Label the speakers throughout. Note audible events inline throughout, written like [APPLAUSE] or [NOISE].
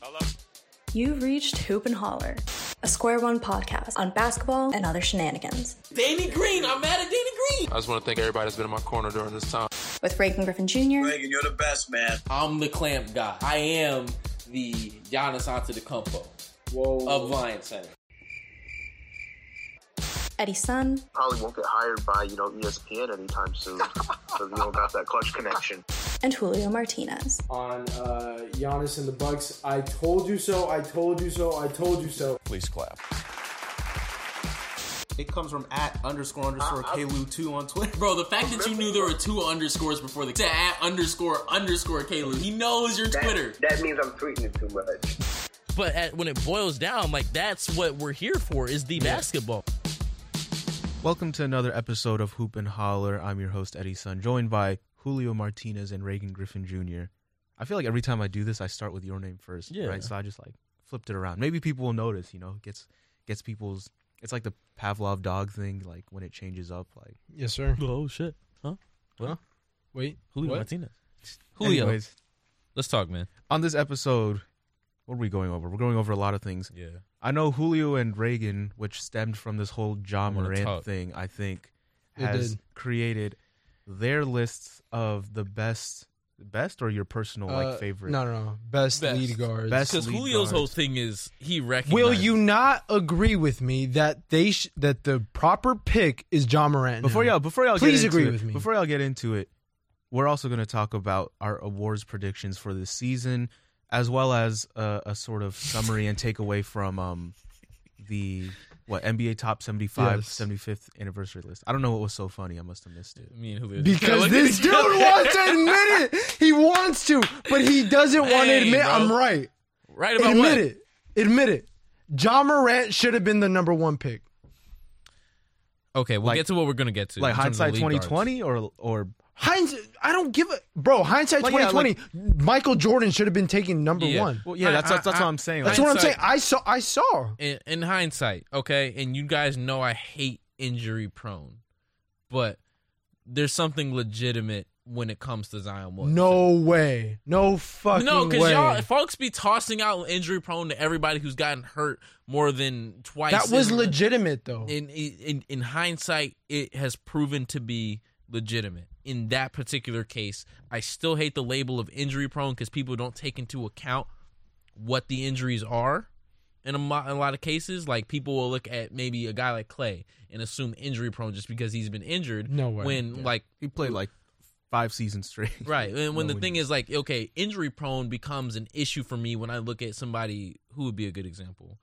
Speaker 1: Hello.
Speaker 2: You've reached Hoop and Holler, a Square One podcast on basketball and other shenanigans.
Speaker 3: Danny Green, I'm mad at Danny Green.
Speaker 4: I just want to thank everybody that's been in my corner during this time.
Speaker 2: With Reagan Griffin Jr.,
Speaker 5: Reagan, you're the best, man.
Speaker 3: I'm the clamp guy. I am the Giannis Antetokounmpo
Speaker 6: Whoa.
Speaker 3: of Lion Center.
Speaker 2: Eddie Sun,
Speaker 7: probably won't get hired by you know E ESPN anytime soon because we don't got that clutch connection.
Speaker 2: and Julio Martinez.
Speaker 6: on uh, Giannis and the Bucks. I told you so. I told you so. I told you so.
Speaker 8: Please clap.
Speaker 9: It comes from at underscore underscore KLU2 on Twitter.
Speaker 3: Bro, the fact that you knew there were two underscores before the to at underscore underscore Kalu, he knows your Twitter.
Speaker 7: That means I'm tweeting it too much.
Speaker 10: But at, when it boils down, like that's what we're here for is the basketball.
Speaker 8: Welcome to another episode of Hoop and Holler. I'm your host, Eddie Sun, joined by Julio Martinez and Reagan Griffin Jr. I feel like every time I do this, I start with your name first,
Speaker 10: Yeah.
Speaker 8: right? So I just like flipped it around. Maybe people will notice, you know, it gets gets people's. It's like the Pavlov dog thing, like when it changes up. Like
Speaker 11: Yes, sir.
Speaker 10: Oh shit, huh?
Speaker 11: Wait.
Speaker 10: Julio
Speaker 11: what?
Speaker 10: Martinez. Julio,
Speaker 8: Anyways,
Speaker 10: let's talk, man.
Speaker 8: on this episode, what are we going over? We're going over a lot of things.
Speaker 10: Yeah,
Speaker 8: I know Julio and Reagan, which stemmed from this whole John
Speaker 10: wanna
Speaker 8: Morant
Speaker 10: talk.
Speaker 8: thing, I think
Speaker 11: It
Speaker 8: has
Speaker 11: did.
Speaker 8: created their lists of the best, best or your personal
Speaker 11: Uh,
Speaker 8: like favorite.
Speaker 11: No, no, no. Best,
Speaker 10: Best.
Speaker 11: lead guards.
Speaker 8: Best
Speaker 10: because
Speaker 8: lead
Speaker 10: Julio's
Speaker 8: guards.
Speaker 10: whole thing is he recognizes.
Speaker 11: Will you not agree with me that they sh- that the proper pick is John Morant?
Speaker 8: Before
Speaker 11: now?
Speaker 8: y'all, before y'all,
Speaker 11: Please
Speaker 8: get into
Speaker 11: agree
Speaker 8: it-
Speaker 11: with me.
Speaker 8: Before y'all get into it, we're also going to talk about our awards predictions for this season, as well as a, a sort of summary and takeaway from um, the what NBA Top 75,
Speaker 11: Yes.
Speaker 8: 75th anniversary list. I don't know what was so funny. I must have missed it.
Speaker 10: Me and Julio.
Speaker 11: [LAUGHS] Because [LAUGHS] this dude wants to admit it. He wants to, but he doesn't want to
Speaker 10: Hey,
Speaker 11: admit
Speaker 10: bro.
Speaker 11: I'm right.
Speaker 10: right about
Speaker 11: Admit
Speaker 10: what?
Speaker 11: it. Admit it. John Morant should have been the number one pick.
Speaker 10: Okay, we'll
Speaker 8: Like-
Speaker 10: get to what we're gonna get to.
Speaker 8: Like
Speaker 10: in terms of
Speaker 8: hindsight
Speaker 10: the lead guards.
Speaker 8: 2020 or or
Speaker 11: Heinz, I don't give a bro. Hindsight
Speaker 8: Like, yeah,
Speaker 11: 2020. Michael Jordan should have been taken number
Speaker 10: Yeah.
Speaker 11: one.
Speaker 8: Well, yeah,
Speaker 10: I-
Speaker 8: that's
Speaker 10: I-
Speaker 8: that's
Speaker 10: I-
Speaker 8: what I'm saying.
Speaker 11: That's
Speaker 8: Like,
Speaker 11: what I'm
Speaker 10: hindsight-
Speaker 11: saying. I saw. I saw.
Speaker 10: in, in hindsight, okay, and you guys know I hate injury prone, but there's something legitimate when it comes to Zion Williamson.
Speaker 11: No way. No fucking
Speaker 10: no,
Speaker 11: way.
Speaker 10: y'all folks be tossing out injury prone to everybody who's gotten hurt more than twice.
Speaker 11: that was
Speaker 10: in-
Speaker 11: legitimate though.
Speaker 10: In, in in hindsight, it has proven to be legitimate. In that particular case, I still hate the label of injury prone because people don't take into account what the injuries are. In a, mo- in a lot of cases, like people will look at maybe a guy like Clay and assume injury prone just because he's been injured.
Speaker 11: No way.
Speaker 10: When
Speaker 11: Yeah.
Speaker 10: like
Speaker 8: he played like five seasons straight. [LAUGHS]
Speaker 10: Right. And when
Speaker 8: No
Speaker 10: the thing
Speaker 8: injuries.
Speaker 10: is like, okay, injury prone becomes an issue for me when I look at somebody who would be a good example.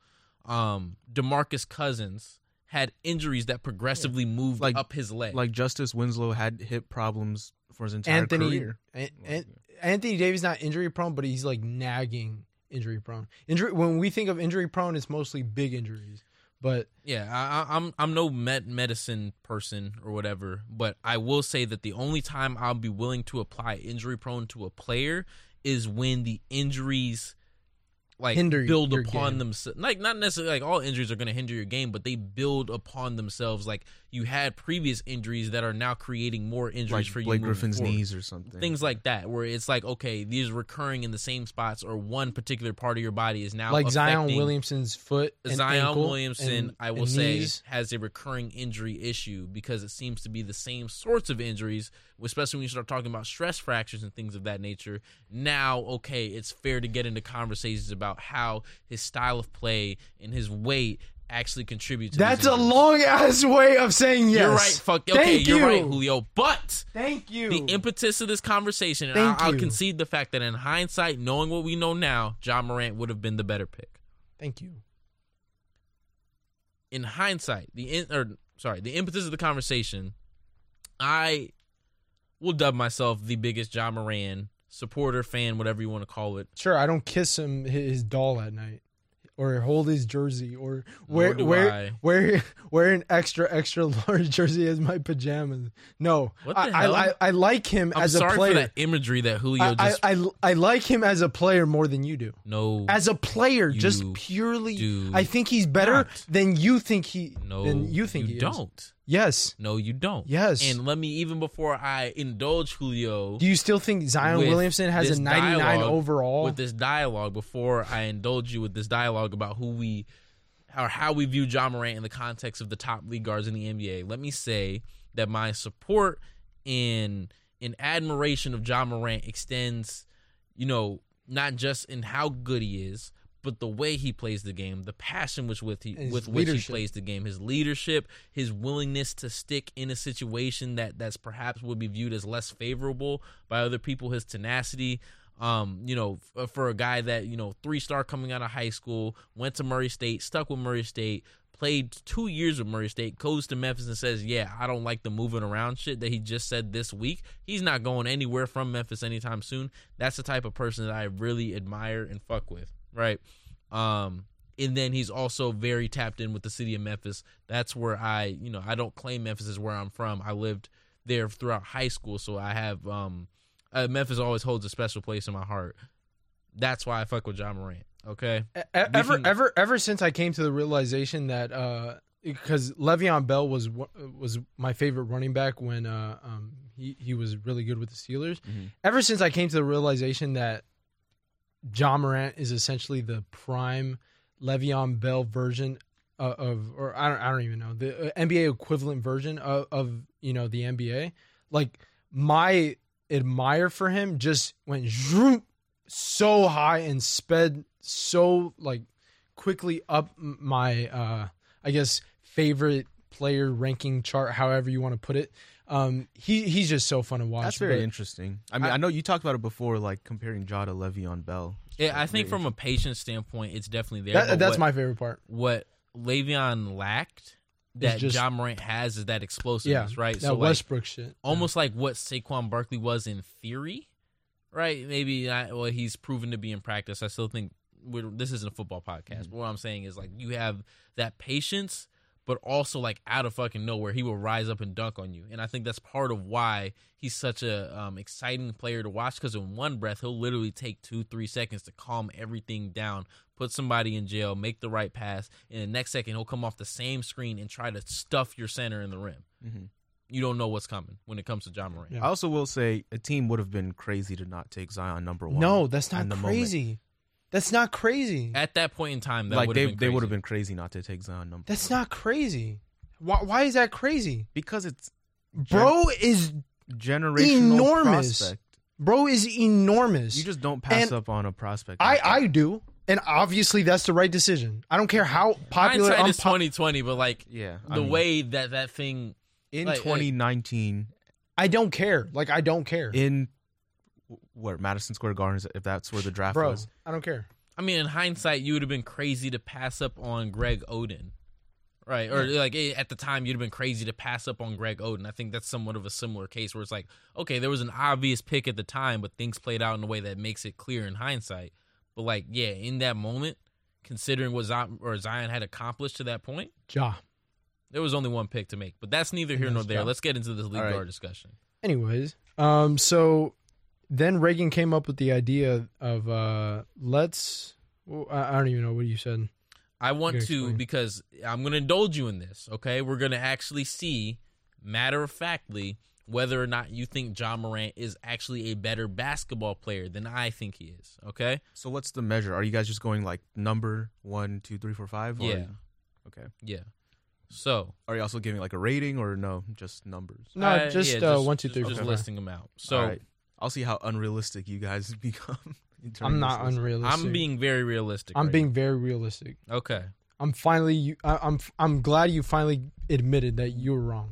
Speaker 10: Um, DeMarcus Cousins had injuries that progressively moved
Speaker 8: Like-
Speaker 10: up his leg.
Speaker 8: like Justice Winslow had hip problems for his entire
Speaker 11: Anthony
Speaker 8: career.
Speaker 11: An- An- Anthony Davis not injury prone, but he's like nagging injury prone. Injury when we think of injury prone, it's mostly big injuries. But
Speaker 10: yeah, I, I- I'm I'm no med- medicine person or whatever, but I will say that the only time I'll be willing to apply injury prone to a player is when the injuries like
Speaker 11: Hinder
Speaker 10: build
Speaker 11: your
Speaker 10: upon
Speaker 11: game.
Speaker 10: themselves. Like not necessarily like all injuries are going to hinder your game, but they build upon themselves. Like you had previous injuries that are now creating more injuries
Speaker 8: Like
Speaker 10: for you.
Speaker 8: Blake
Speaker 10: moving
Speaker 8: Griffin's
Speaker 10: forward.
Speaker 8: knees or something.
Speaker 10: Things like that, where it's like, okay, these are recurring in the same spots, or one particular part of your body is now
Speaker 11: like Zion
Speaker 10: affecting-
Speaker 11: Williamson's foot, and
Speaker 10: Zion
Speaker 11: ankle
Speaker 10: Williamson,
Speaker 11: and-
Speaker 10: I will
Speaker 11: and
Speaker 10: say,
Speaker 11: knees.
Speaker 10: has a recurring injury issue because it seems to be the same sorts of injuries, especially when you start talking about stress fractures and things of that nature. Now, okay, it's fair to get into conversations about how his style of play and his weight actually contribute to these
Speaker 11: That's a
Speaker 10: injuries.
Speaker 11: long ass [LAUGHS] way of saying yes.
Speaker 10: You're right, fuck. Okay,
Speaker 11: Thank
Speaker 10: you're
Speaker 11: you.
Speaker 10: right, Julio. But
Speaker 11: Thank you.
Speaker 10: the impetus of this conversation, and
Speaker 11: Thank
Speaker 10: I, I'll
Speaker 11: you.
Speaker 10: concede the fact that in hindsight, knowing what we know now, John Morant would have been the better pick.
Speaker 11: Thank you.
Speaker 10: in hindsight, the in, or sorry, the impetus of the conversation, I will dub myself the biggest John Moran supporter, fan, whatever you want to call it.
Speaker 11: Sure, I don't kiss him his, his doll at night, or hold his jersey, or
Speaker 10: Nor
Speaker 11: wear
Speaker 10: do
Speaker 11: wear
Speaker 10: I.
Speaker 11: wear wear an extra extra [LAUGHS] large jersey as my pajamas. No,
Speaker 10: What the
Speaker 11: I,
Speaker 10: hell?
Speaker 11: I, I I like him
Speaker 10: I'm
Speaker 11: as
Speaker 10: sorry
Speaker 11: a
Speaker 10: for
Speaker 11: player.
Speaker 10: that imagery that Julio
Speaker 11: I,
Speaker 10: just
Speaker 11: I, I I like him as a player more than you do.
Speaker 10: no
Speaker 11: As a player, just
Speaker 10: You
Speaker 11: purely,
Speaker 10: do
Speaker 11: I think he's better
Speaker 10: not.
Speaker 11: than you think he
Speaker 10: no
Speaker 11: than you think he is.
Speaker 10: don't.
Speaker 11: Yes.
Speaker 10: No, you don't.
Speaker 11: Yes.
Speaker 10: And let me even before I indulge Julio.
Speaker 11: Do you still think Zion
Speaker 10: with
Speaker 11: Williamson has
Speaker 10: this
Speaker 11: a 99
Speaker 10: dialogue-
Speaker 11: overall?
Speaker 10: With this dialogue, before I indulge you with this dialogue about who we or how we view John Morant in the context of the top league guards in the NBA, let me say that my support in in admiration of John Morant extends, you know, not just in how good he is, but the way he plays the game, the passion which with he,
Speaker 11: And his
Speaker 10: with which he
Speaker 11: leadership.
Speaker 10: plays the game, his leadership, his willingness to stick in a situation that that's perhaps would be viewed as less favorable by other people, his tenacity. Um, you know, f- for a guy that you know three star coming out of high school, went to Murray State, stuck with Murray State, played two years with Murray State, goes to Memphis and says, "Yeah, I don't like the moving around shit that he just said this week. He's not going anywhere from Memphis anytime soon." That's the type of person that I really admire and fuck with, right? Um, and then he's also very tapped in with the city of Memphis. That's where I, you know, I don't claim Memphis is where I'm from. I lived there throughout high school, so I have um, uh, Memphis always holds a special place in my heart. That's why I fuck with John Morant. Okay,
Speaker 11: E- ever
Speaker 10: can-
Speaker 11: ever ever since I came to the realization that uh because Le'Veon Bell was wa- was my favorite running back when uh um he he was really good with the Steelers. Ever since I came to the realization that John Morant is essentially the prime Le'Veon Bell version of, uh, of or I don't I don't even know the uh, NBA equivalent version of, of you know the NBA. Like my admire for him just went zoom so high and sped so like quickly up m- my uh I guess favorite player ranking chart, however you want to put it. Um, he he's just so fun to watch.
Speaker 8: That's very
Speaker 11: but-
Speaker 8: interesting. I mean, I, know you talked about it before, like comparing Jaw to Le'Veon Bell.
Speaker 10: yeah, I think from a patient standpoint, it's definitely there.
Speaker 11: That,
Speaker 10: but
Speaker 11: that's
Speaker 10: what-
Speaker 11: my favorite part.
Speaker 10: what Le'Veon lacked that
Speaker 11: just-
Speaker 10: John Morant has is that
Speaker 11: Yeah,
Speaker 10: explosiveness, right?
Speaker 11: That
Speaker 10: so like,
Speaker 11: Westbrook shit.
Speaker 10: almost like what Saquon Barkley was in theory, right? Maybe not well, he's proven to be in practice. I still think we're, this isn't a football podcast, but what I'm saying is like you have that patience, but also like out of fucking nowhere, he will rise up and dunk on you. And I think that's part of why he's such a um, exciting player to watch because in one breath he'll literally take two, three seconds to calm everything down. Put somebody in jail, make the right pass, and the next second he'll come off the same screen and try to stuff your center in the rim.
Speaker 8: Mhm.
Speaker 10: You don't know what's coming when it comes to John Moran.
Speaker 11: Yeah.
Speaker 8: I also will say a team would have been crazy to not take Zion number one.
Speaker 11: No, that's not
Speaker 8: in the moment.
Speaker 11: crazy. That's not crazy.
Speaker 10: At that point in time, that
Speaker 8: Like
Speaker 10: would have
Speaker 8: they
Speaker 10: been
Speaker 8: they would have
Speaker 10: crazy.
Speaker 8: been crazy not to take Zion number
Speaker 11: that's not crazy. Why, why is that crazy?
Speaker 8: because it's
Speaker 11: Bro is
Speaker 8: generational
Speaker 11: Enormous.
Speaker 8: prospect.
Speaker 11: bro is enormous.
Speaker 8: You just don't pass
Speaker 11: And
Speaker 8: up on a prospect.
Speaker 11: I
Speaker 8: like that.
Speaker 11: I do, and obviously that's the right decision. I don't care how popular.
Speaker 10: Hindsight is
Speaker 11: unpo-
Speaker 10: twenty twenty, but like
Speaker 8: yeah. I
Speaker 10: the
Speaker 8: mean,
Speaker 10: way that that thing
Speaker 8: in
Speaker 10: like- like-
Speaker 8: 2019
Speaker 11: I don't care. Like I don't care,
Speaker 8: in w- where Madison Square Gardens, if that's where the draft
Speaker 11: bro.
Speaker 8: was.
Speaker 11: I don't care.
Speaker 10: I mean, in hindsight, you would have been crazy to pass up on Greg Oden, right? Or like eh, at the time, you'd have been crazy to pass up on Greg Oden. I think that's somewhat of a similar case where it's like, okay, there was an obvious pick at the time, but things played out in a way that makes it clear in hindsight. But like, yeah, in that moment, considering what Zion, or Zion had accomplished to that point,
Speaker 11: Ja.
Speaker 10: there was only one pick to make. But that's neither here
Speaker 11: And
Speaker 10: nor
Speaker 11: that's
Speaker 10: there.
Speaker 11: Ja.
Speaker 10: Let's get into this league
Speaker 8: All right.
Speaker 10: guard discussion.
Speaker 11: Anyways, um, so then Reagan came up with the idea of uh, let's. Well, I I don't even know what you said.
Speaker 10: I want
Speaker 11: Okay,
Speaker 10: to
Speaker 11: explain.
Speaker 10: because I'm going to indulge you in this. Okay, we're going to actually see, matter of factly, whether or not you think John Morant is actually a better basketball player than I think he is. Okay,
Speaker 8: So what's the measure? Are you guys just going like number one, two, three, four, five? Or
Speaker 10: Yeah.
Speaker 8: Okay.
Speaker 10: yeah. So
Speaker 8: Are you also giving like a rating or no? Just numbers.
Speaker 11: No,
Speaker 10: I-
Speaker 11: just,
Speaker 10: yeah,
Speaker 11: uh, one, two, three,
Speaker 10: Just,
Speaker 11: four, five.
Speaker 10: listing them out. So
Speaker 8: All right. I'll see how unrealistic you guys [LAUGHS] become. in terms
Speaker 11: I'm
Speaker 8: of
Speaker 11: not
Speaker 8: this.
Speaker 11: unrealistic.
Speaker 10: I'm being very realistic.
Speaker 11: I'm
Speaker 10: right
Speaker 11: being very realistic.
Speaker 10: now. okay.
Speaker 11: I'm finally. You, I, I'm. I'm glad you finally admitted that you were wrong.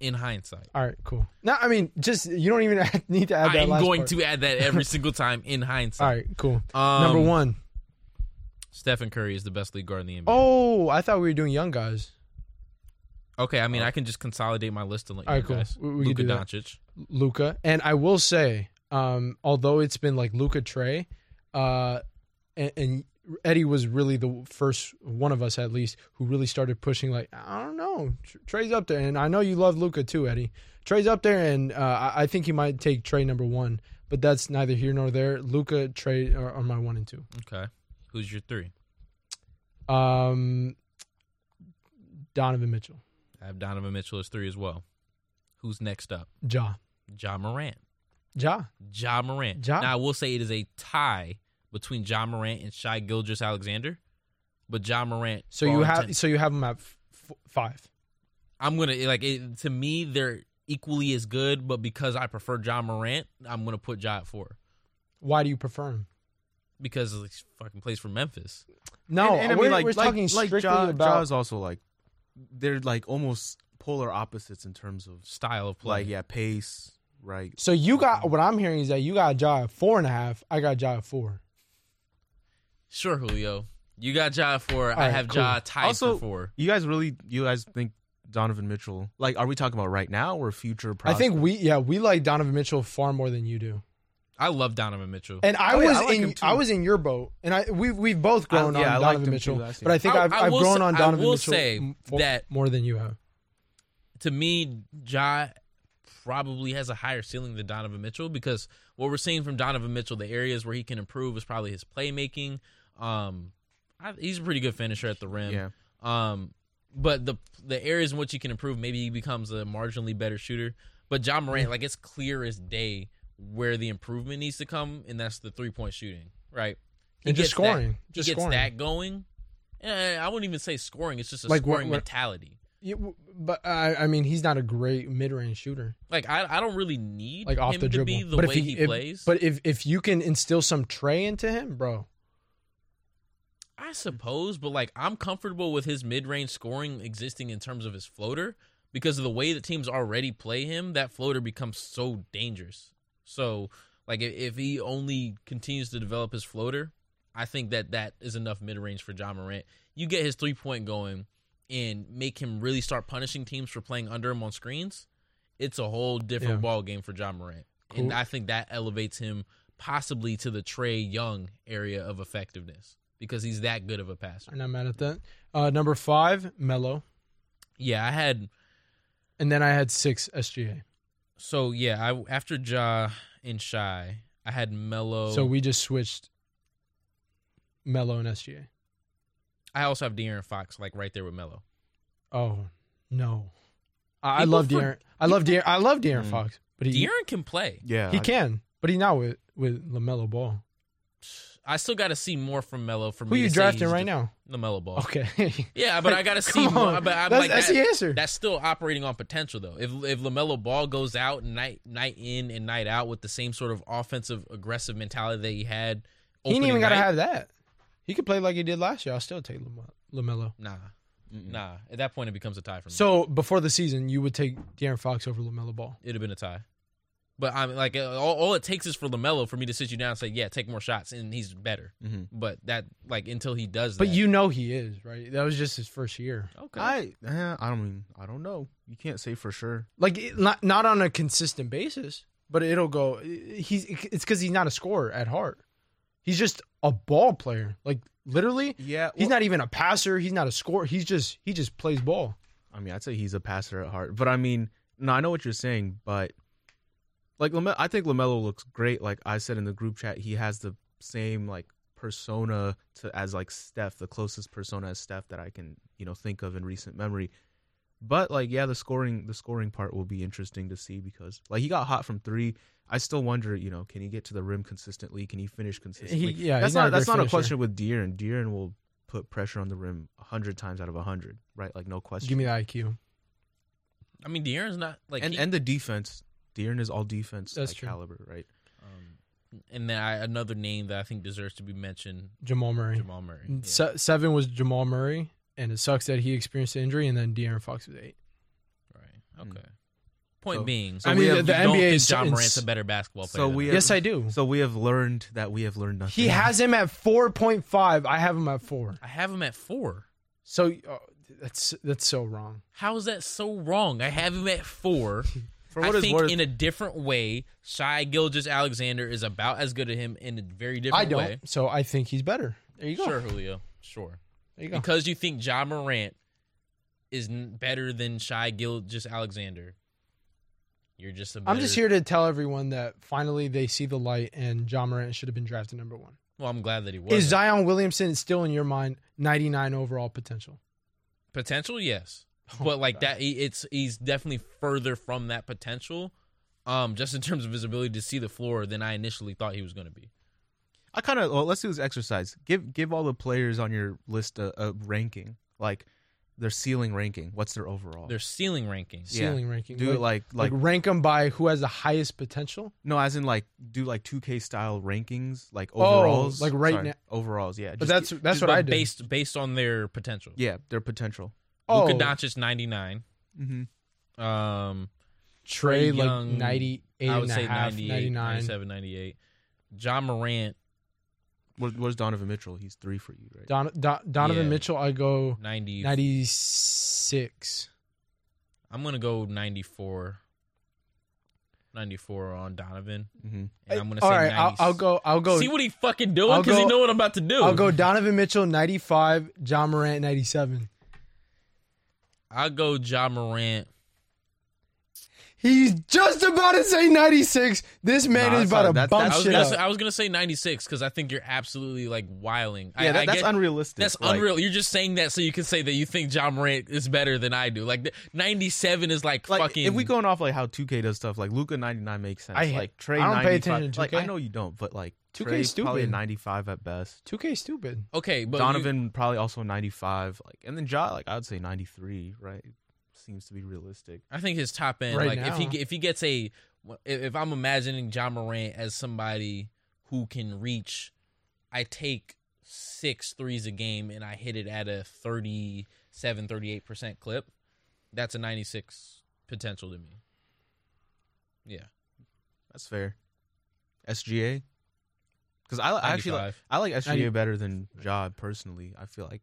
Speaker 10: In hindsight,
Speaker 11: All right, cool. No, I mean, just you don't even [LAUGHS] need to add that.
Speaker 10: I'm
Speaker 11: last
Speaker 10: going
Speaker 11: part.
Speaker 10: to add that every [LAUGHS] single time. In hindsight,
Speaker 11: All right, cool.
Speaker 10: Um,
Speaker 11: Number one.
Speaker 10: Stephen Curry is the best league guard in the NBA.
Speaker 11: Oh, I thought we were doing young guys.
Speaker 10: okay. I mean, I can just consolidate my list and let you
Speaker 11: All right, cool.
Speaker 10: guys.
Speaker 11: We- we can
Speaker 10: Luka
Speaker 11: do that.
Speaker 10: Doncic.
Speaker 11: Luca, and I will say, um, although it's been like Luca Trey, uh, and, and Eddie was really the first one of us at least who really started pushing. Like I don't know, Tr- Trey's up there, and I know you love Luca too, Eddie. Trey's up there, and uh, I- I think he might take Trey number one, but that's neither here nor there. Luca, Trey are, are my one and two.
Speaker 10: Okay, who's your three?
Speaker 11: Um, Donovan Mitchell.
Speaker 10: I have Donovan Mitchell as three as well. Who's next up?
Speaker 11: Ja.
Speaker 10: Ja Morant.
Speaker 11: Ja.
Speaker 10: Ja Morant.
Speaker 11: Ja.
Speaker 10: Now I will say it is a tie between Ja Morant and Shai Gilgis Alexander, but Ja Morant.
Speaker 11: So
Speaker 10: for
Speaker 11: you
Speaker 10: all
Speaker 11: have
Speaker 10: intents-
Speaker 11: so you have him at f- f- five.
Speaker 10: I'm gonna like it, to me they're equally as good, but because I prefer Ja Morant, I'm gonna put Ja at four
Speaker 11: Why do you prefer him?
Speaker 10: because he fucking plays for Memphis.
Speaker 11: No,
Speaker 8: And- and I
Speaker 11: we're,
Speaker 8: mean, like-
Speaker 11: we're
Speaker 8: like-
Speaker 11: talking
Speaker 8: like
Speaker 11: strictly
Speaker 8: Ja- Ja
Speaker 11: about
Speaker 8: is also like they're like almost polar opposites in terms of
Speaker 10: Style of play.
Speaker 8: like yeah pace right.
Speaker 11: So you got what I'm hearing is that you got Ja at four and a half. I got Ja at four.
Speaker 10: Sure, Julio. You got Ja at four. I
Speaker 11: right,
Speaker 10: have
Speaker 11: cool.
Speaker 10: Ja tied
Speaker 8: also,
Speaker 10: for four.
Speaker 8: you guys really you guys think Donovan Mitchell like are we talking about right now or future?
Speaker 11: I
Speaker 8: Prospect?
Speaker 11: think we yeah we like Donovan Mitchell far more than you do.
Speaker 10: I love Donovan Mitchell.
Speaker 11: And I
Speaker 8: Oh, yeah,
Speaker 11: was
Speaker 8: I like him
Speaker 11: in
Speaker 8: too.
Speaker 11: I was in your boat, and I we we've both grown
Speaker 8: I- yeah, I
Speaker 11: on
Speaker 8: liked him
Speaker 11: Donovan
Speaker 8: too
Speaker 11: Mitchell,
Speaker 8: last year.
Speaker 11: but I think
Speaker 10: I-
Speaker 11: I, have
Speaker 10: I
Speaker 11: I've
Speaker 10: will
Speaker 11: grown
Speaker 10: say-
Speaker 11: on
Speaker 10: I
Speaker 11: Donovan
Speaker 10: will
Speaker 11: Mitchell
Speaker 10: say
Speaker 11: m- fo-
Speaker 10: that-
Speaker 11: more than you have.
Speaker 10: to me, Ja probably has a higher ceiling than Donovan Mitchell because what we're seeing from Donovan Mitchell, the areas where he can improve is probably his playmaking. Um, I, he's a pretty good finisher at the rim.
Speaker 8: yeah.
Speaker 10: Um, but the the areas in which he can improve, maybe he becomes a marginally better shooter. But John Morant, like it's clear as day where the improvement needs to come, and that's the three point shooting, right?
Speaker 11: And just
Speaker 10: gets that-
Speaker 11: scoring. Just
Speaker 10: he gets
Speaker 11: scoring.
Speaker 10: that going. Eh, I wouldn't even say scoring; it's just a
Speaker 11: Like, what-
Speaker 10: scoring
Speaker 11: what-
Speaker 10: mentality.
Speaker 11: You- w- but I, I mean, he's not a great mid-range shooter,
Speaker 10: Like I, I don't really need
Speaker 11: like off
Speaker 10: him
Speaker 11: the
Speaker 10: to
Speaker 11: dribble.
Speaker 10: be the
Speaker 11: but
Speaker 10: way
Speaker 11: if
Speaker 10: he,
Speaker 11: if-
Speaker 10: plays.
Speaker 11: but if if you can instill some tray into him, bro,
Speaker 10: I suppose, but like I'm comfortable with his mid-range scoring existing in terms of his floater because of the way that teams already play him. That floater becomes so dangerous. So like if, if he only continues to develop his floater, I think that that is enough mid-range for John Morant. You get his three-point going and make him really start punishing teams for playing under him on screens. It's a whole different
Speaker 11: Yeah.
Speaker 10: ball game for John Morant, and
Speaker 11: Cool.
Speaker 10: I think that elevates him possibly to the Trey Young area of effectiveness because he's that good of a passer.
Speaker 11: I'm not mad at that. Uh, number five, Mello,
Speaker 10: Yeah, I had
Speaker 11: and then I had six SGA.
Speaker 10: so yeah, I after Ja and Shy, I had Mello.
Speaker 11: So we just switched Mello and SGA.
Speaker 10: I also have De'Aaron Fox like right there with Mello.
Speaker 11: Oh no, I, I
Speaker 10: People
Speaker 11: love
Speaker 10: for-
Speaker 11: De'Aaron. I love De'Aaron. I love De'Aaron
Speaker 8: Mm.
Speaker 11: Fox, but he
Speaker 10: De'Aaron can play.
Speaker 8: Yeah,
Speaker 11: he
Speaker 8: I-
Speaker 11: can, but he not with with Lamelo Ball.
Speaker 10: I still got to see more from Mello. From
Speaker 11: Who you drafting right now?
Speaker 10: Lamelo Ball.
Speaker 11: Okay,
Speaker 10: Yeah, [LAUGHS] but I
Speaker 11: [LAUGHS]
Speaker 10: got to see
Speaker 11: Come
Speaker 10: more.
Speaker 11: on.
Speaker 10: But I'm
Speaker 11: That's-
Speaker 10: like
Speaker 11: that's
Speaker 10: that-
Speaker 11: the answer.
Speaker 10: That's still operating on potential though. If if Lamelo Ball goes out night night in and night out with the same sort of offensive aggressive mentality that he had,
Speaker 11: he ain't
Speaker 10: opening
Speaker 11: even gotta
Speaker 10: night,
Speaker 11: have that. He could play like he did last year. I'll still take Lame- Lamelo.
Speaker 10: Nah, nah. At that point, it becomes a tie for me.
Speaker 11: So before the season, you would take De'Aaron Fox over Lamelo Ball.
Speaker 10: it'd have been a tie. But I'm like, uh, all, all it takes is for Lamelo for me to sit you down and say, yeah, take more shots, and he's better.
Speaker 8: Mhm.
Speaker 10: But that, like, until he does,
Speaker 11: But
Speaker 10: that-
Speaker 11: you know he is right. That was just his first year.
Speaker 10: okay,
Speaker 8: I eh, I don't mean I don't know. You can't say for sure.
Speaker 11: Like it- not not on a consistent basis, but it'll go. He's it's because he's not a scorer at heart. He's just a ball player. Like literally,
Speaker 8: Yeah,
Speaker 11: he's not even a passer. He's not a scorer. He's just he just plays ball.
Speaker 8: I mean, I'd say he's a passer at heart, but I mean, no, I know what you're saying, but like Lame- I think Lamelo looks great. Like I said in the group chat, he has the same like persona to as like Steph, the closest persona as Steph that I can you know think of in recent memory. But like, yeah, the scoring the scoring part will be interesting to see because like he got hot from three. I still wonder, you know, can he get to the rim consistently? Can he finish consistently?
Speaker 11: He- yeah,
Speaker 8: that's
Speaker 11: he's not
Speaker 8: not,
Speaker 11: a
Speaker 8: that's
Speaker 11: great
Speaker 8: not a
Speaker 11: finisher.
Speaker 8: question with De'Aaron. De'Aaron will put pressure on the rim hundred times out of hundred, right? Like no question.
Speaker 11: Give me the IQ.
Speaker 10: I mean, De'Aaron's not like,
Speaker 8: and
Speaker 10: he-
Speaker 8: and the defense. De'Aaron is all defense
Speaker 11: That's
Speaker 8: like,
Speaker 11: true.
Speaker 8: caliber, right?
Speaker 10: um, and then I, another name that I think deserves to be mentioned,
Speaker 11: Jamal Murray.
Speaker 10: Jamal Murray. Yeah.
Speaker 11: Se- seven was Jamal Murray, and it sucks that he experienced an injury, and then De'Aaron Fox was eight.
Speaker 10: right. Okay. Point
Speaker 8: So-
Speaker 10: being,
Speaker 8: so
Speaker 11: I
Speaker 8: we
Speaker 11: mean,
Speaker 8: have-
Speaker 11: the,
Speaker 10: you
Speaker 11: the
Speaker 10: don't
Speaker 11: NBA
Speaker 10: think
Speaker 11: is
Speaker 10: John
Speaker 11: it's-
Speaker 10: Morant's a better basketball player.
Speaker 8: so
Speaker 10: than
Speaker 8: we
Speaker 10: I
Speaker 8: have-
Speaker 11: Yes, I do.
Speaker 8: So we have learned that we have learned nothing.
Speaker 11: He has him at four point five. I have him at four.
Speaker 10: I have him at four.
Speaker 11: So uh, that's that's so wrong.
Speaker 10: How is that so wrong? I have him at four.
Speaker 8: for what
Speaker 10: I
Speaker 8: it's
Speaker 10: think
Speaker 8: worth.
Speaker 10: in a different way, Shy Gilgis Alexander is about as good at him in a very different
Speaker 11: I don't.
Speaker 10: way.
Speaker 11: So I think he's better. There you go.
Speaker 10: Sure, Julio. Sure.
Speaker 11: There you go.
Speaker 10: Because you think Ja Morant is n- better than Shy Gilgis Alexander, you're just a better,
Speaker 11: I'm just here to tell everyone that finally they see the light, and John Morant should have been drafted number one.
Speaker 10: Well, I'm glad that he was.
Speaker 11: Is Zion Williamson still in your mind 99 overall potential?
Speaker 10: Potential, yes.
Speaker 11: Oh
Speaker 10: but like that, he, it's he's definitely further from that potential, um, just in terms of his ability to see the floor than I initially thought he was going to be.
Speaker 8: I kind of well, let's do this exercise. Give give all the players on your list a, a ranking, like their ceiling ranking. What's their
Speaker 11: Oh.
Speaker 8: overall?
Speaker 10: Their ceiling rankings.
Speaker 8: Yeah.
Speaker 11: Ceiling ranking.
Speaker 8: do it like like,
Speaker 11: like rank them by who has the highest potential.
Speaker 8: no, as in like do like two K style rankings, like
Speaker 11: Oh,
Speaker 8: overalls,
Speaker 11: like right
Speaker 8: Sorry,
Speaker 11: now-
Speaker 8: overalls. Yeah,
Speaker 11: But
Speaker 8: just
Speaker 11: that's
Speaker 8: get-
Speaker 11: that's what I do.
Speaker 10: based based on their potential.
Speaker 8: yeah their potential.
Speaker 11: oh,
Speaker 10: Luka Doncic ninety nine.
Speaker 8: Mm-hmm.
Speaker 10: Um, Trae
Speaker 11: Trey like
Speaker 10: Young,
Speaker 11: 98
Speaker 10: I
Speaker 11: and
Speaker 10: would
Speaker 11: a
Speaker 10: say
Speaker 11: half,
Speaker 10: 98,
Speaker 11: 99.
Speaker 10: 97, 98. John Morant
Speaker 8: What, where's Donovan Mitchell? He's three for you, right?
Speaker 11: Don, Don, Donovan
Speaker 10: Yeah.
Speaker 11: Mitchell, I go
Speaker 10: 90,
Speaker 11: 96.
Speaker 10: I'm gonna go 94. 94 on Donovan,
Speaker 8: Mhm.
Speaker 10: and I'm gonna say
Speaker 11: All right, I'll,
Speaker 10: 90.
Speaker 11: I'll go. I'll go.
Speaker 10: See what he fucking doing
Speaker 11: I'll
Speaker 10: because he
Speaker 11: go-
Speaker 10: know what I'm about to do.
Speaker 11: I'll go Donovan Mitchell 95, John Morant 97.
Speaker 10: I'll go John Morant.
Speaker 11: He's just about to say 96. This man
Speaker 8: Nah,
Speaker 11: is about to
Speaker 8: that's-
Speaker 11: bump
Speaker 10: I was,
Speaker 11: shit
Speaker 10: gonna
Speaker 11: up.
Speaker 10: say, I was gonna say 96 because I think you're absolutely like wiling. I,
Speaker 8: Yeah, that,
Speaker 10: I
Speaker 8: that's
Speaker 10: get-
Speaker 8: unrealistic.
Speaker 10: That's
Speaker 8: Like,
Speaker 10: unreal. You're just saying that so you can say that you think John Morant is better than I do. Like th- 97 is like,
Speaker 8: Like
Speaker 10: fucking.
Speaker 8: if we going off like how 2K does stuff, like Luca 99 makes sense.
Speaker 11: I-
Speaker 8: like Trey
Speaker 11: I don't
Speaker 8: 95.
Speaker 11: pay attention to
Speaker 8: like
Speaker 11: 2K.
Speaker 8: I know you don't, but like
Speaker 11: 2K
Speaker 8: Trey's probably a
Speaker 11: stupid.
Speaker 8: 95 at best.
Speaker 11: 2K stupid.
Speaker 10: okay, but you-
Speaker 8: Donovan probably also 95. Like and then Ja, like I'd say 93, right? Seems to be realistic.
Speaker 10: I think his top end,
Speaker 11: Right
Speaker 10: like if he
Speaker 11: now.
Speaker 10: ge- if he gets a, if- if I'm imagining John Morant as somebody who can reach, I take six threes a game and I hit it at a 37, 38 percent clip. That's a 96 potential to me. Yeah,
Speaker 8: That's fair. SGA? Cuz I, I actually like,
Speaker 10: 95.
Speaker 8: I like SGA
Speaker 11: 90
Speaker 8: better than Ja personally. I feel like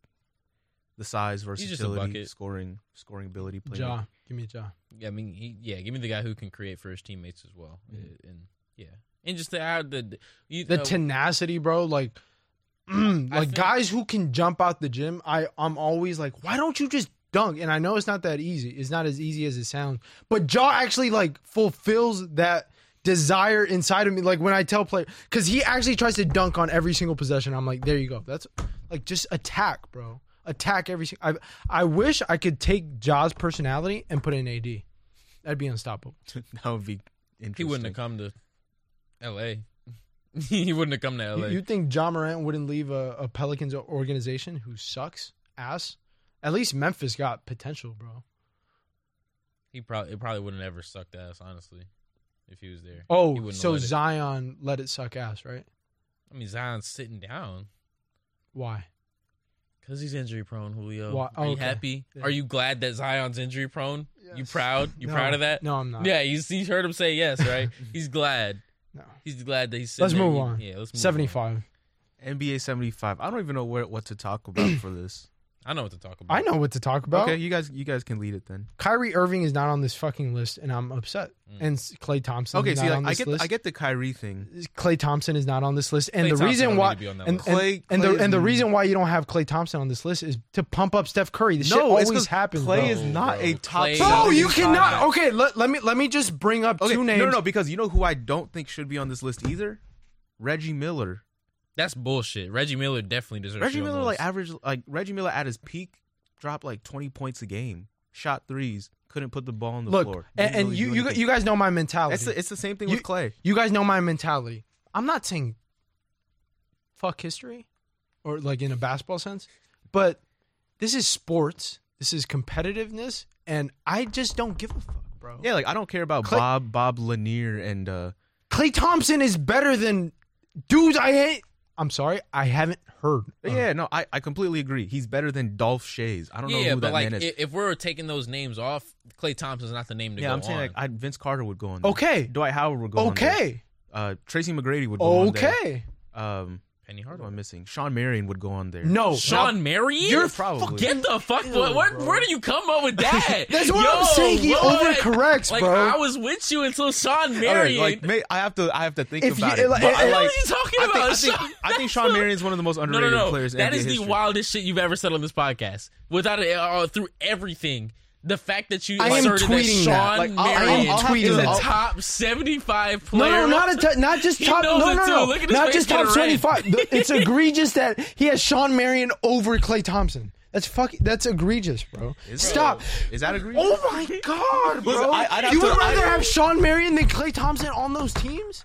Speaker 8: the size,
Speaker 10: just a
Speaker 8: versatility,
Speaker 10: bucket.
Speaker 8: scoring, scoring ability, play.
Speaker 11: Ja. Give me Ja.
Speaker 10: yeah. I mean, he, yeah, give me the guy who can create for his teammates as well, Uh, and yeah, and just the uh, the the, you,
Speaker 11: Mm-hmm. The
Speaker 10: uh,
Speaker 11: tenacity, bro. Like, [CLEARS THROAT] mm,
Speaker 10: I
Speaker 11: like
Speaker 10: think-
Speaker 11: guys who can jump out the gym. I I'm always like, why don't you just dunk? And I know it's not that easy. It's not as easy as it sounds. But Ja actually like fulfills that desire inside of me. Like when I tell player, because he actually tries to dunk on every single possession. I'm like, there you go. That's like just attack, bro. Attack every. sing- I I wish I could take Ja's personality and put it in AD. That'd be unstoppable.
Speaker 8: [LAUGHS] that would be interesting.
Speaker 10: he wouldn't have come to L.A. [LAUGHS] he wouldn't have come to L.A.
Speaker 11: You, you think John Morant wouldn't leave a, a Pelicans organization who sucks ass? At least Memphis got potential, bro.
Speaker 10: He probably it probably wouldn't ever sucked ass, honestly, if he was there. He
Speaker 11: Oh,
Speaker 10: wouldn't
Speaker 11: so
Speaker 10: let it.
Speaker 11: Zion let it suck ass, right?
Speaker 10: I mean Zion's sitting down
Speaker 11: Why?
Speaker 10: because he's injury prone. Julio,
Speaker 11: Why-
Speaker 10: are you
Speaker 11: okay.
Speaker 10: happy?
Speaker 11: Yeah.
Speaker 10: Are you glad that Zion's injury prone? You
Speaker 11: Yes.
Speaker 10: proud? You
Speaker 11: No.
Speaker 10: proud of that?
Speaker 11: No, I'm not.
Speaker 10: Yeah, you see, you heard him say yes, right?
Speaker 11: [LAUGHS]
Speaker 10: he's glad.
Speaker 11: No.
Speaker 10: He's glad that he's. Sitting
Speaker 11: Let's
Speaker 10: there.
Speaker 11: move
Speaker 10: He-
Speaker 11: on.
Speaker 10: Yeah, let's move on.
Speaker 11: Seventy-five.
Speaker 8: NBA 75. I don't even know where what to talk about for this.
Speaker 10: I know what to talk about.
Speaker 11: I know what to talk about.
Speaker 8: okay, you guys you guys can lead it then.
Speaker 11: Kyrie Irving is not on this fucking list, and I'm upset. And Clay Thompson.
Speaker 8: Okay,
Speaker 11: is
Speaker 8: see
Speaker 11: not
Speaker 8: like,
Speaker 11: on
Speaker 8: I
Speaker 11: this
Speaker 8: get
Speaker 11: list.
Speaker 8: I get the Kyrie thing.
Speaker 11: Clay Thompson is not on this list, and
Speaker 10: Klay
Speaker 11: the
Speaker 10: Thompson
Speaker 11: reason
Speaker 10: don't
Speaker 11: why
Speaker 10: need to be on that
Speaker 11: and,
Speaker 10: list.
Speaker 11: and-
Speaker 8: Klay-
Speaker 11: and
Speaker 8: Klay
Speaker 11: the
Speaker 8: is-
Speaker 11: and the reason why you don't have Clay Thompson on this list is to pump up Steph Curry. This shit
Speaker 8: no, it's
Speaker 11: always
Speaker 8: 'cause
Speaker 11: happens.
Speaker 8: Clay
Speaker 11: bro.
Speaker 8: is not
Speaker 10: bro.
Speaker 8: a top.
Speaker 10: Klay-
Speaker 11: Bro, you
Speaker 8: 75.
Speaker 11: cannot. Okay, let, let me let me just bring up
Speaker 8: Okay,
Speaker 11: two
Speaker 8: no,
Speaker 11: names.
Speaker 8: no, no, because you know who I don't think should be on this list either. Reggie Miller.
Speaker 10: That's bullshit. Reggie Miller definitely deserves. to
Speaker 8: Reggie
Speaker 10: be on the
Speaker 8: Miller like
Speaker 10: list.
Speaker 8: average like Reggie Miller at his peak dropped like twenty points a game, shot threes, couldn't put the ball on the
Speaker 11: Look,
Speaker 8: floor.
Speaker 11: and,
Speaker 8: Didn't
Speaker 11: and
Speaker 8: really
Speaker 11: you
Speaker 8: do
Speaker 11: you,
Speaker 8: anything.
Speaker 11: you guys know my mentality.
Speaker 8: It's the, it's the same thing
Speaker 11: you,
Speaker 8: with Clay.
Speaker 11: You guys know my mentality. I'm not saying fuck history, or like in a basketball sense, but this is sports. This is competitiveness, and I just don't give a fuck, bro.
Speaker 8: Yeah, like I don't care about
Speaker 11: Clay-
Speaker 8: Bob Bob Lanier and uh
Speaker 11: Clay Thompson is better than dudes I hate. I'm sorry, I haven't heard. of.
Speaker 8: yeah, no, I, I completely agree. He's better than Dolph Shays. I don't know
Speaker 10: Yeah,
Speaker 8: who
Speaker 10: but
Speaker 8: that
Speaker 10: like
Speaker 8: man is.
Speaker 10: i- if we're taking those names off, Clay Thompson's not the name to
Speaker 8: yeah,
Speaker 10: go
Speaker 8: I'm saying
Speaker 10: on.
Speaker 8: like I, Vince Carter would go on. There.
Speaker 11: Okay.
Speaker 8: Dwight Howard would go on. there.
Speaker 11: Okay.
Speaker 8: Uh, Tracy McGrady would go on. there.
Speaker 11: Okay.
Speaker 8: Um,
Speaker 10: Penny
Speaker 8: what am
Speaker 10: Hardaway.
Speaker 8: I missing? Sean Marion would go on there.
Speaker 11: Oh, No.
Speaker 10: Sean Marion?
Speaker 8: you're probably-
Speaker 10: get the fuck. where, where, where do you come up with that?
Speaker 11: That's what I'm saying. He overcorrects,
Speaker 10: like,
Speaker 11: bro.
Speaker 10: I was with you until Sean
Speaker 8: Okay,
Speaker 10: Marion.
Speaker 8: like may, I have to I have to think
Speaker 11: If you-
Speaker 8: about
Speaker 11: it-
Speaker 8: it.
Speaker 11: like-
Speaker 8: but I
Speaker 11: it- it-
Speaker 8: like-
Speaker 10: what are you talking
Speaker 8: I think,
Speaker 10: about?
Speaker 8: I think,
Speaker 10: Sean-
Speaker 8: I think Sean Marion's one of the most
Speaker 10: no,
Speaker 8: underrated
Speaker 10: no, no.
Speaker 8: players. in
Speaker 10: That
Speaker 8: NBA
Speaker 10: is the
Speaker 8: history.
Speaker 10: wildest shit you've ever said on this podcast. Without it, uh, through everything. The fact that you
Speaker 11: I am
Speaker 10: asserted that
Speaker 11: tweeting that.
Speaker 10: Sean
Speaker 11: Like, I'll- I am
Speaker 10: Marion
Speaker 11: tweeting
Speaker 10: is a
Speaker 11: that.
Speaker 10: top seventy-five
Speaker 11: No,
Speaker 10: player.
Speaker 11: no, not a t- not just
Speaker 10: He
Speaker 11: top.
Speaker 10: knows
Speaker 11: No,
Speaker 10: it
Speaker 11: no,
Speaker 10: too.
Speaker 11: no,
Speaker 10: Look at his
Speaker 11: not
Speaker 10: face
Speaker 11: just
Speaker 10: get
Speaker 11: top
Speaker 10: [LAUGHS] arranged.
Speaker 11: twenty-five. The- It's egregious that he has Sean Marion over Clay Thompson. That's fucking. That's egregious, bro.
Speaker 8: Is it?
Speaker 11: Stop.
Speaker 8: Is that agreeable?
Speaker 11: Oh
Speaker 10: [LAUGHS]
Speaker 11: my god, bro!
Speaker 9: Listen, I- I'd have
Speaker 11: you
Speaker 9: to-
Speaker 11: would rather
Speaker 9: I-
Speaker 11: have Sean Marion than Clay Thompson on
Speaker 10: [LAUGHS]
Speaker 11: those teams?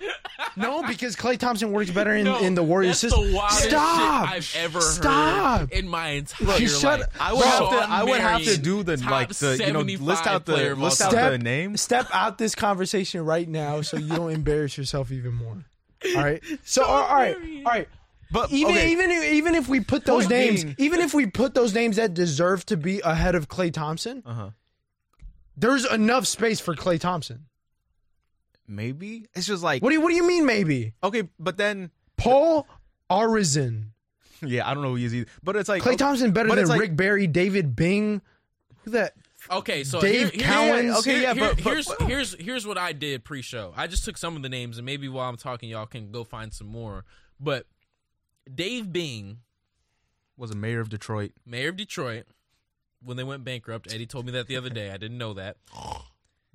Speaker 11: no, because Clay Thompson works better in, in the Warriors
Speaker 10: that's
Speaker 11: system.
Speaker 10: the wildest shit
Speaker 11: Stop!
Speaker 10: I've ever
Speaker 11: Stop!
Speaker 10: heard in my entire
Speaker 11: You
Speaker 10: life.
Speaker 11: shut-
Speaker 8: I would
Speaker 11: Bro,
Speaker 8: have to.
Speaker 10: Sean
Speaker 8: I would have to
Speaker 10: Marion,
Speaker 8: do the
Speaker 10: top
Speaker 8: like the you know
Speaker 10: 75
Speaker 8: list out
Speaker 10: player
Speaker 8: the
Speaker 10: of
Speaker 8: list
Speaker 10: all
Speaker 8: out
Speaker 10: time.
Speaker 8: the names.
Speaker 11: Step out this conversation right now so
Speaker 10: [LAUGHS]
Speaker 11: you don't embarrass yourself even more. All right. So all all right, all right.
Speaker 8: But
Speaker 11: Even
Speaker 8: okay,
Speaker 11: even if- even if we put those
Speaker 8: Point
Speaker 11: names,
Speaker 8: being-
Speaker 11: even if we put those names that deserve to be ahead of Clay Thompson,
Speaker 8: Uh-huh.
Speaker 11: there's enough space for Clay Thompson.
Speaker 8: maybe it's just like
Speaker 11: What do you What do you mean? Maybe
Speaker 8: okay, but then
Speaker 11: Paul Arizin,
Speaker 8: yeah, I don't know who he is either. But it's like
Speaker 11: Clay
Speaker 8: okay,
Speaker 11: Thompson better
Speaker 8: but
Speaker 11: than
Speaker 8: it's like-
Speaker 11: Rick Barry, David Bing. Who that?
Speaker 10: Okay, so
Speaker 11: Dave
Speaker 10: here,
Speaker 11: Cowens.
Speaker 10: Here,
Speaker 8: Okay, yeah,
Speaker 10: here-
Speaker 8: but- but-
Speaker 10: here's here's here's what I did pre-show. I just took some of the names, and maybe while I'm talking, y'all can go find some more. But Dave Bing,
Speaker 8: was a mayor of Detroit.
Speaker 10: mayor of Detroit, when they went bankrupt, Eddie told me that the other day. I didn't know that.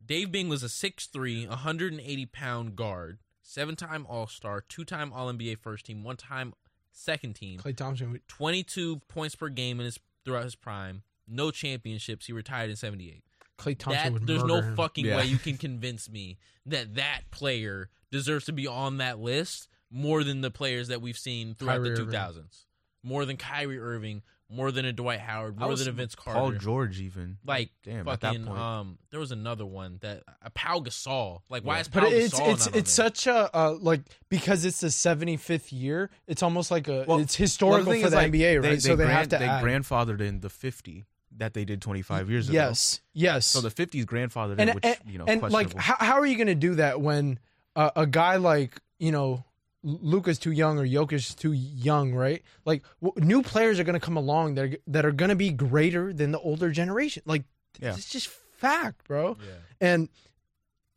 Speaker 10: Dave Bing was a 6'3", 180 pound guard, seven time All Star, two time All NBA first team, one time second team.
Speaker 11: Clay Thompson.
Speaker 10: 22 points per game in his throughout his prime. No championships. He retired in 78.
Speaker 11: Clay Thompson
Speaker 10: That-
Speaker 11: would
Speaker 10: there's no
Speaker 11: murder him.
Speaker 10: fucking
Speaker 8: Yeah.
Speaker 10: way you can convince me that that player deserves to be on that list more than the players that we've seen throughout
Speaker 11: Kyrie
Speaker 10: the
Speaker 11: Irving.
Speaker 10: 2000s. More than Kyrie Irving, more than a Dwight Howard,
Speaker 8: I
Speaker 10: more
Speaker 8: was
Speaker 10: than a Vince Carter.
Speaker 8: Paul George even
Speaker 10: Like
Speaker 8: damn at that
Speaker 10: fucking
Speaker 8: point.
Speaker 10: um there was another one that a Pau Gasol. Like why is Pau
Speaker 11: But
Speaker 10: Gasol
Speaker 11: it's it's
Speaker 10: not on
Speaker 11: it's
Speaker 10: there?
Speaker 11: such a uh, like because it's the 75th year. It's almost like a
Speaker 8: Well,
Speaker 11: it's historical
Speaker 8: well, the thing
Speaker 11: for
Speaker 8: is,
Speaker 11: the
Speaker 8: like,
Speaker 11: NBA, right?
Speaker 8: They,
Speaker 11: so they
Speaker 8: grand-
Speaker 11: have to
Speaker 8: they
Speaker 11: add.
Speaker 8: grandfathered in the fifty that they did twenty five years ago.
Speaker 11: yes, yes.
Speaker 8: So the fifties grandfathered in,
Speaker 11: and
Speaker 8: which
Speaker 11: and,
Speaker 8: you know,
Speaker 11: and like
Speaker 8: questionable.
Speaker 11: how, how are you going to do that when uh, a guy like you know Luca's too young or Jokic is too young, right? Like w- new players are going to come along that are, that are going to be greater than the older generation. Like
Speaker 8: Yeah.
Speaker 11: it's just fact, bro. And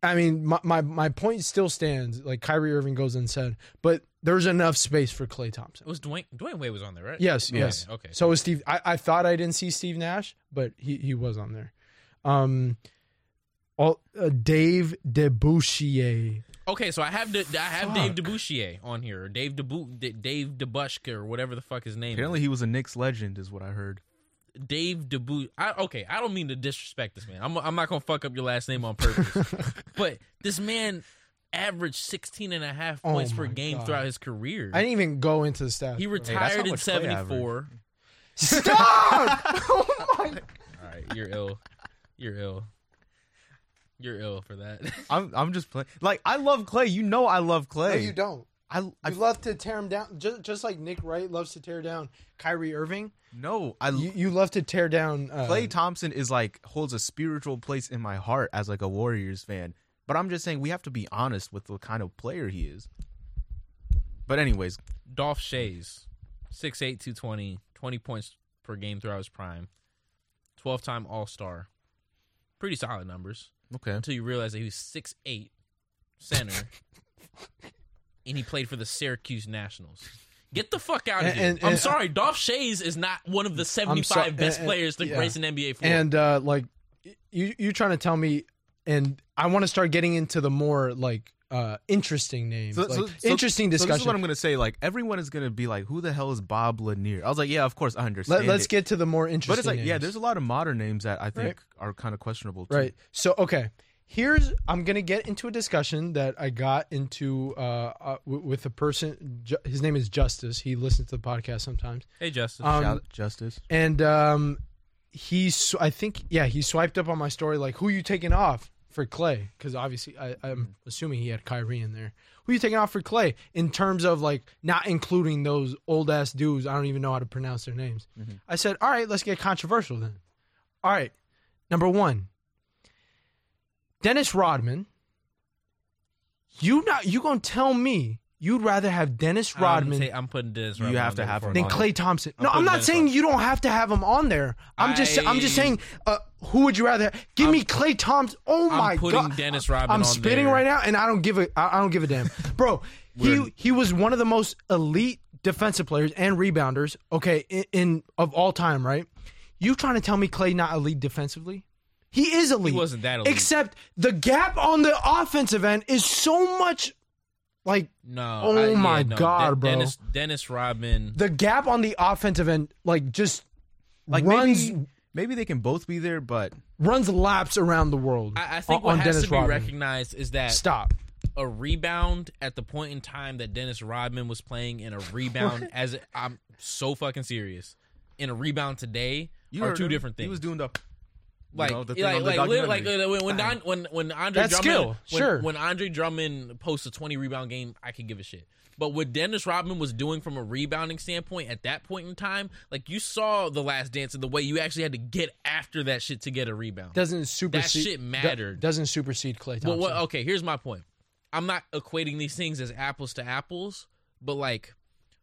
Speaker 11: I mean, my, my my point still stands. Like Kyrie Irving goes unsaid, but there's enough space for Clay Thompson.
Speaker 10: It was Dwayne Dwayne Wade was on there, right?
Speaker 11: Yes,
Speaker 8: Yeah.
Speaker 11: yes.
Speaker 10: Okay.
Speaker 11: So is Steve. I, I thought I didn't see Steve Nash, but he, he was on there. Um, all uh, Dave Debouchier.
Speaker 10: Okay, so I have the I have Dave DeBouchier on here, or Dave Debu D- Dave DeBushka, or whatever the fuck his name.
Speaker 8: Apparently, he was a Knicks legend, is what I heard.
Speaker 10: is. Dave Debu. I, okay, I don't mean to disrespect this man. I'm I'm not gonna fuck up your last name on purpose.
Speaker 11: [LAUGHS]
Speaker 10: but this man averaged 16 and a half
Speaker 11: Oh
Speaker 10: points per
Speaker 11: my
Speaker 10: game
Speaker 11: God.
Speaker 10: throughout his career.
Speaker 11: I didn't even go into the stats.
Speaker 10: he
Speaker 11: bro.
Speaker 8: how
Speaker 10: retired in
Speaker 8: much Clay averaged.
Speaker 10: 74.
Speaker 11: Stop! [LAUGHS] oh my!
Speaker 10: All right, you're ill. You're ill. You're ill for that. [LAUGHS]
Speaker 8: I'm, I'm just playing. Like, I love Clay. You know, I love
Speaker 11: No,
Speaker 8: Clay.
Speaker 11: you don't.
Speaker 8: I, I
Speaker 11: You love to tear him down, just just like Nick Wright loves to tear down Kyrie Irving.
Speaker 8: no. I
Speaker 11: You you love to tear down uh,
Speaker 8: Clay Thompson is like holds a spiritual place in my heart as like a Warriors fan. But I'm just saying we have to be honest with the kind of player he is. But anyways,
Speaker 10: Dolph Shays, 6'8", 220, 20 points per game throughout his prime, 12 time All Star. Pretty solid numbers
Speaker 8: okay.
Speaker 10: until you realize that he was 6'8,
Speaker 8: [LAUGHS]
Speaker 10: center, and he played for the Syracuse Nationals. Get the fuck out of
Speaker 11: And-
Speaker 10: here.
Speaker 11: and-
Speaker 10: I'm
Speaker 11: and-
Speaker 10: sorry, Dolph Shays is not one of the 75
Speaker 11: and-
Speaker 10: best
Speaker 11: and-
Speaker 10: players to
Speaker 11: yeah.
Speaker 10: grace an NBA floor.
Speaker 11: and uh like y- you you trying to tell me and i want to start getting into the more like uh interesting names like, interesting
Speaker 8: so this
Speaker 11: discussion
Speaker 8: is what I'm gonna say. Like everyone is gonna be like, "Who the hell is Bob Lanier?" I was like, "Yeah, of course, I
Speaker 11: Let,
Speaker 8: understand."
Speaker 11: let's
Speaker 8: it."
Speaker 11: get to the more interesting
Speaker 8: But it's like, yeah,
Speaker 11: names.
Speaker 8: there's a lot of modern names that I think are kind of questionable. Too.
Speaker 11: right so okay here's i'm gonna get into a discussion that i got into uh, uh w- with a person Ju- his name is justice he listens to the podcast sometimes
Speaker 10: hey, Justin.
Speaker 11: um
Speaker 8: Shout- Justice.
Speaker 11: and um he sw- i think yeah he swiped up on my story like who you taking off for clay because obviously I, i'm assuming he had kyrie in there who you taking off for clay in terms of like not including those old ass dudes i don't even know how to pronounce their names i said all right let's get controversial then all right number one dennis rodman you not you gonna tell me you'd rather have dennis
Speaker 10: I'm
Speaker 11: rodman
Speaker 10: ta- I'm putting Dennis
Speaker 8: You
Speaker 10: Rodman.
Speaker 8: have
Speaker 10: on
Speaker 8: to
Speaker 10: there
Speaker 8: have
Speaker 10: before
Speaker 8: him
Speaker 10: I
Speaker 11: than
Speaker 8: on
Speaker 10: go.
Speaker 8: there.
Speaker 11: Clay Thompson. No,
Speaker 10: putting
Speaker 11: I'm not
Speaker 10: Dennis
Speaker 11: saying
Speaker 10: Rodman.
Speaker 11: you don't have to have him on there. I'm just I'm just
Speaker 10: I-
Speaker 11: saying uh, who would you rather have? give me Clay Thompson? Oh
Speaker 10: I'm
Speaker 11: my
Speaker 10: putting
Speaker 11: god.
Speaker 10: Dennis Rodman
Speaker 11: I'm
Speaker 10: on
Speaker 11: spitting
Speaker 10: there.
Speaker 11: right now and I don't give a I I don't give
Speaker 10: [LAUGHS]
Speaker 11: a damn. Bro, he he was one of the most elite defensive players and rebounders, okay, in, in of all time, right? You trying to tell me Clay not elite defensively? He is elite.
Speaker 10: wasn't that elite.
Speaker 11: Except the gap on the offensive end is so much like
Speaker 10: No.
Speaker 11: Oh
Speaker 10: I- yeah,
Speaker 11: my
Speaker 10: no.
Speaker 11: God,
Speaker 10: Den-
Speaker 11: bro.
Speaker 10: Dennis, Dennis Rodman.
Speaker 11: the gap on the offensive end, like just
Speaker 8: Like
Speaker 11: runs
Speaker 8: maybe maybe they can both be there, but
Speaker 11: runs laps around the world.
Speaker 10: I, I think
Speaker 11: on-
Speaker 10: what
Speaker 11: on
Speaker 10: has
Speaker 11: Dennis
Speaker 10: to be
Speaker 11: Rodman.
Speaker 10: recognized is that
Speaker 11: Stop.
Speaker 10: a rebound at the point in time that Dennis Rodman was playing
Speaker 8: [LAUGHS]
Speaker 10: and a rebound as I'm so fucking serious. In a rebound today
Speaker 8: you
Speaker 10: are
Speaker 8: heard
Speaker 10: two
Speaker 8: him.
Speaker 10: different things.
Speaker 8: He was doing the
Speaker 10: like,
Speaker 8: know, the thing
Speaker 10: like,
Speaker 8: on the
Speaker 10: like, li- like,
Speaker 8: documentary.
Speaker 10: uh, when when Don, when when Andre
Speaker 11: That's
Speaker 10: Drummond,
Speaker 11: skill,
Speaker 10: when,
Speaker 11: sure.
Speaker 10: when Andre Drummond posts a twenty rebound game, I could give a shit. But what Dennis Rodman was doing from a rebounding standpoint at that point in time, like you saw the Last Dance and the way you actually had to get after that shit to get a rebound.
Speaker 11: Doesn't supersede
Speaker 10: shit mattered.
Speaker 11: do- doesn't supersede Clay
Speaker 10: Well,
Speaker 11: Thompson.
Speaker 10: what, okay, here's my point. I'm not equating these things as apples to apples, but like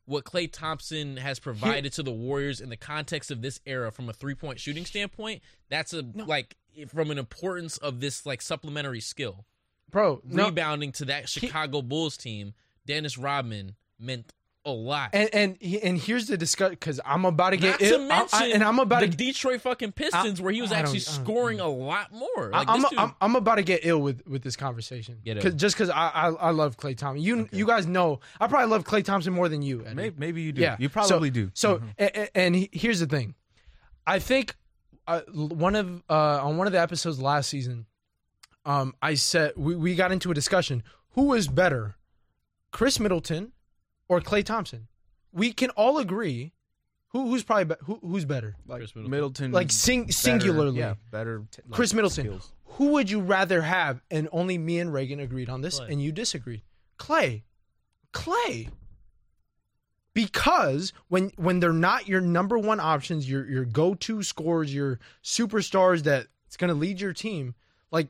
Speaker 10: what Clay Thompson has provided to the Warriors in the context of this era from a three point shooting standpoint, that's a like from an importance of this like supplementary skill.
Speaker 11: Bro, no,
Speaker 10: Rebounding to that Chicago Bulls team, Dennis Rodman meant a lot.
Speaker 11: and and he- and here's the discussion because I'm about to
Speaker 10: not
Speaker 11: get
Speaker 10: to
Speaker 11: I- I-
Speaker 10: mention,
Speaker 11: and I'm about
Speaker 10: the
Speaker 11: to
Speaker 10: Detroit fucking Pistons, where he was
Speaker 11: I don't-
Speaker 10: actually
Speaker 11: I don't-
Speaker 10: scoring a lot more. Like,
Speaker 11: I'm,
Speaker 10: this dude-
Speaker 11: I'm, I'm about to get ill with, with this conversation.
Speaker 10: Get ill.
Speaker 11: 'Cause- just because I, I I love Clay Thompson. You you guys know I probably love Clay Thompson more than you. Eddie.
Speaker 8: maybe, maybe you do.
Speaker 11: Yeah,
Speaker 8: You probably
Speaker 11: so,
Speaker 8: do. Mm-hmm.
Speaker 11: So a- a- and he- here's the thing, I think uh, l- one of uh, on one of the episodes last season, um, I said we, we got into a discussion who is better, Chris Middleton or Clay Thompson. We can all agree who who's probably be- who, who's better.
Speaker 8: like
Speaker 10: Chris Middleton.
Speaker 8: Middleton,
Speaker 11: Like sing, singularly.
Speaker 8: better, yeah, better t- like,
Speaker 11: Chris Middleton,
Speaker 8: skills.
Speaker 11: who would you rather have? And only me and Reagan agreed on this,
Speaker 10: Clay.
Speaker 11: and you disagreed. Clay, Clay. Because when when they're not your number one options, your your go to scores, your superstars that it's going to lead your team, like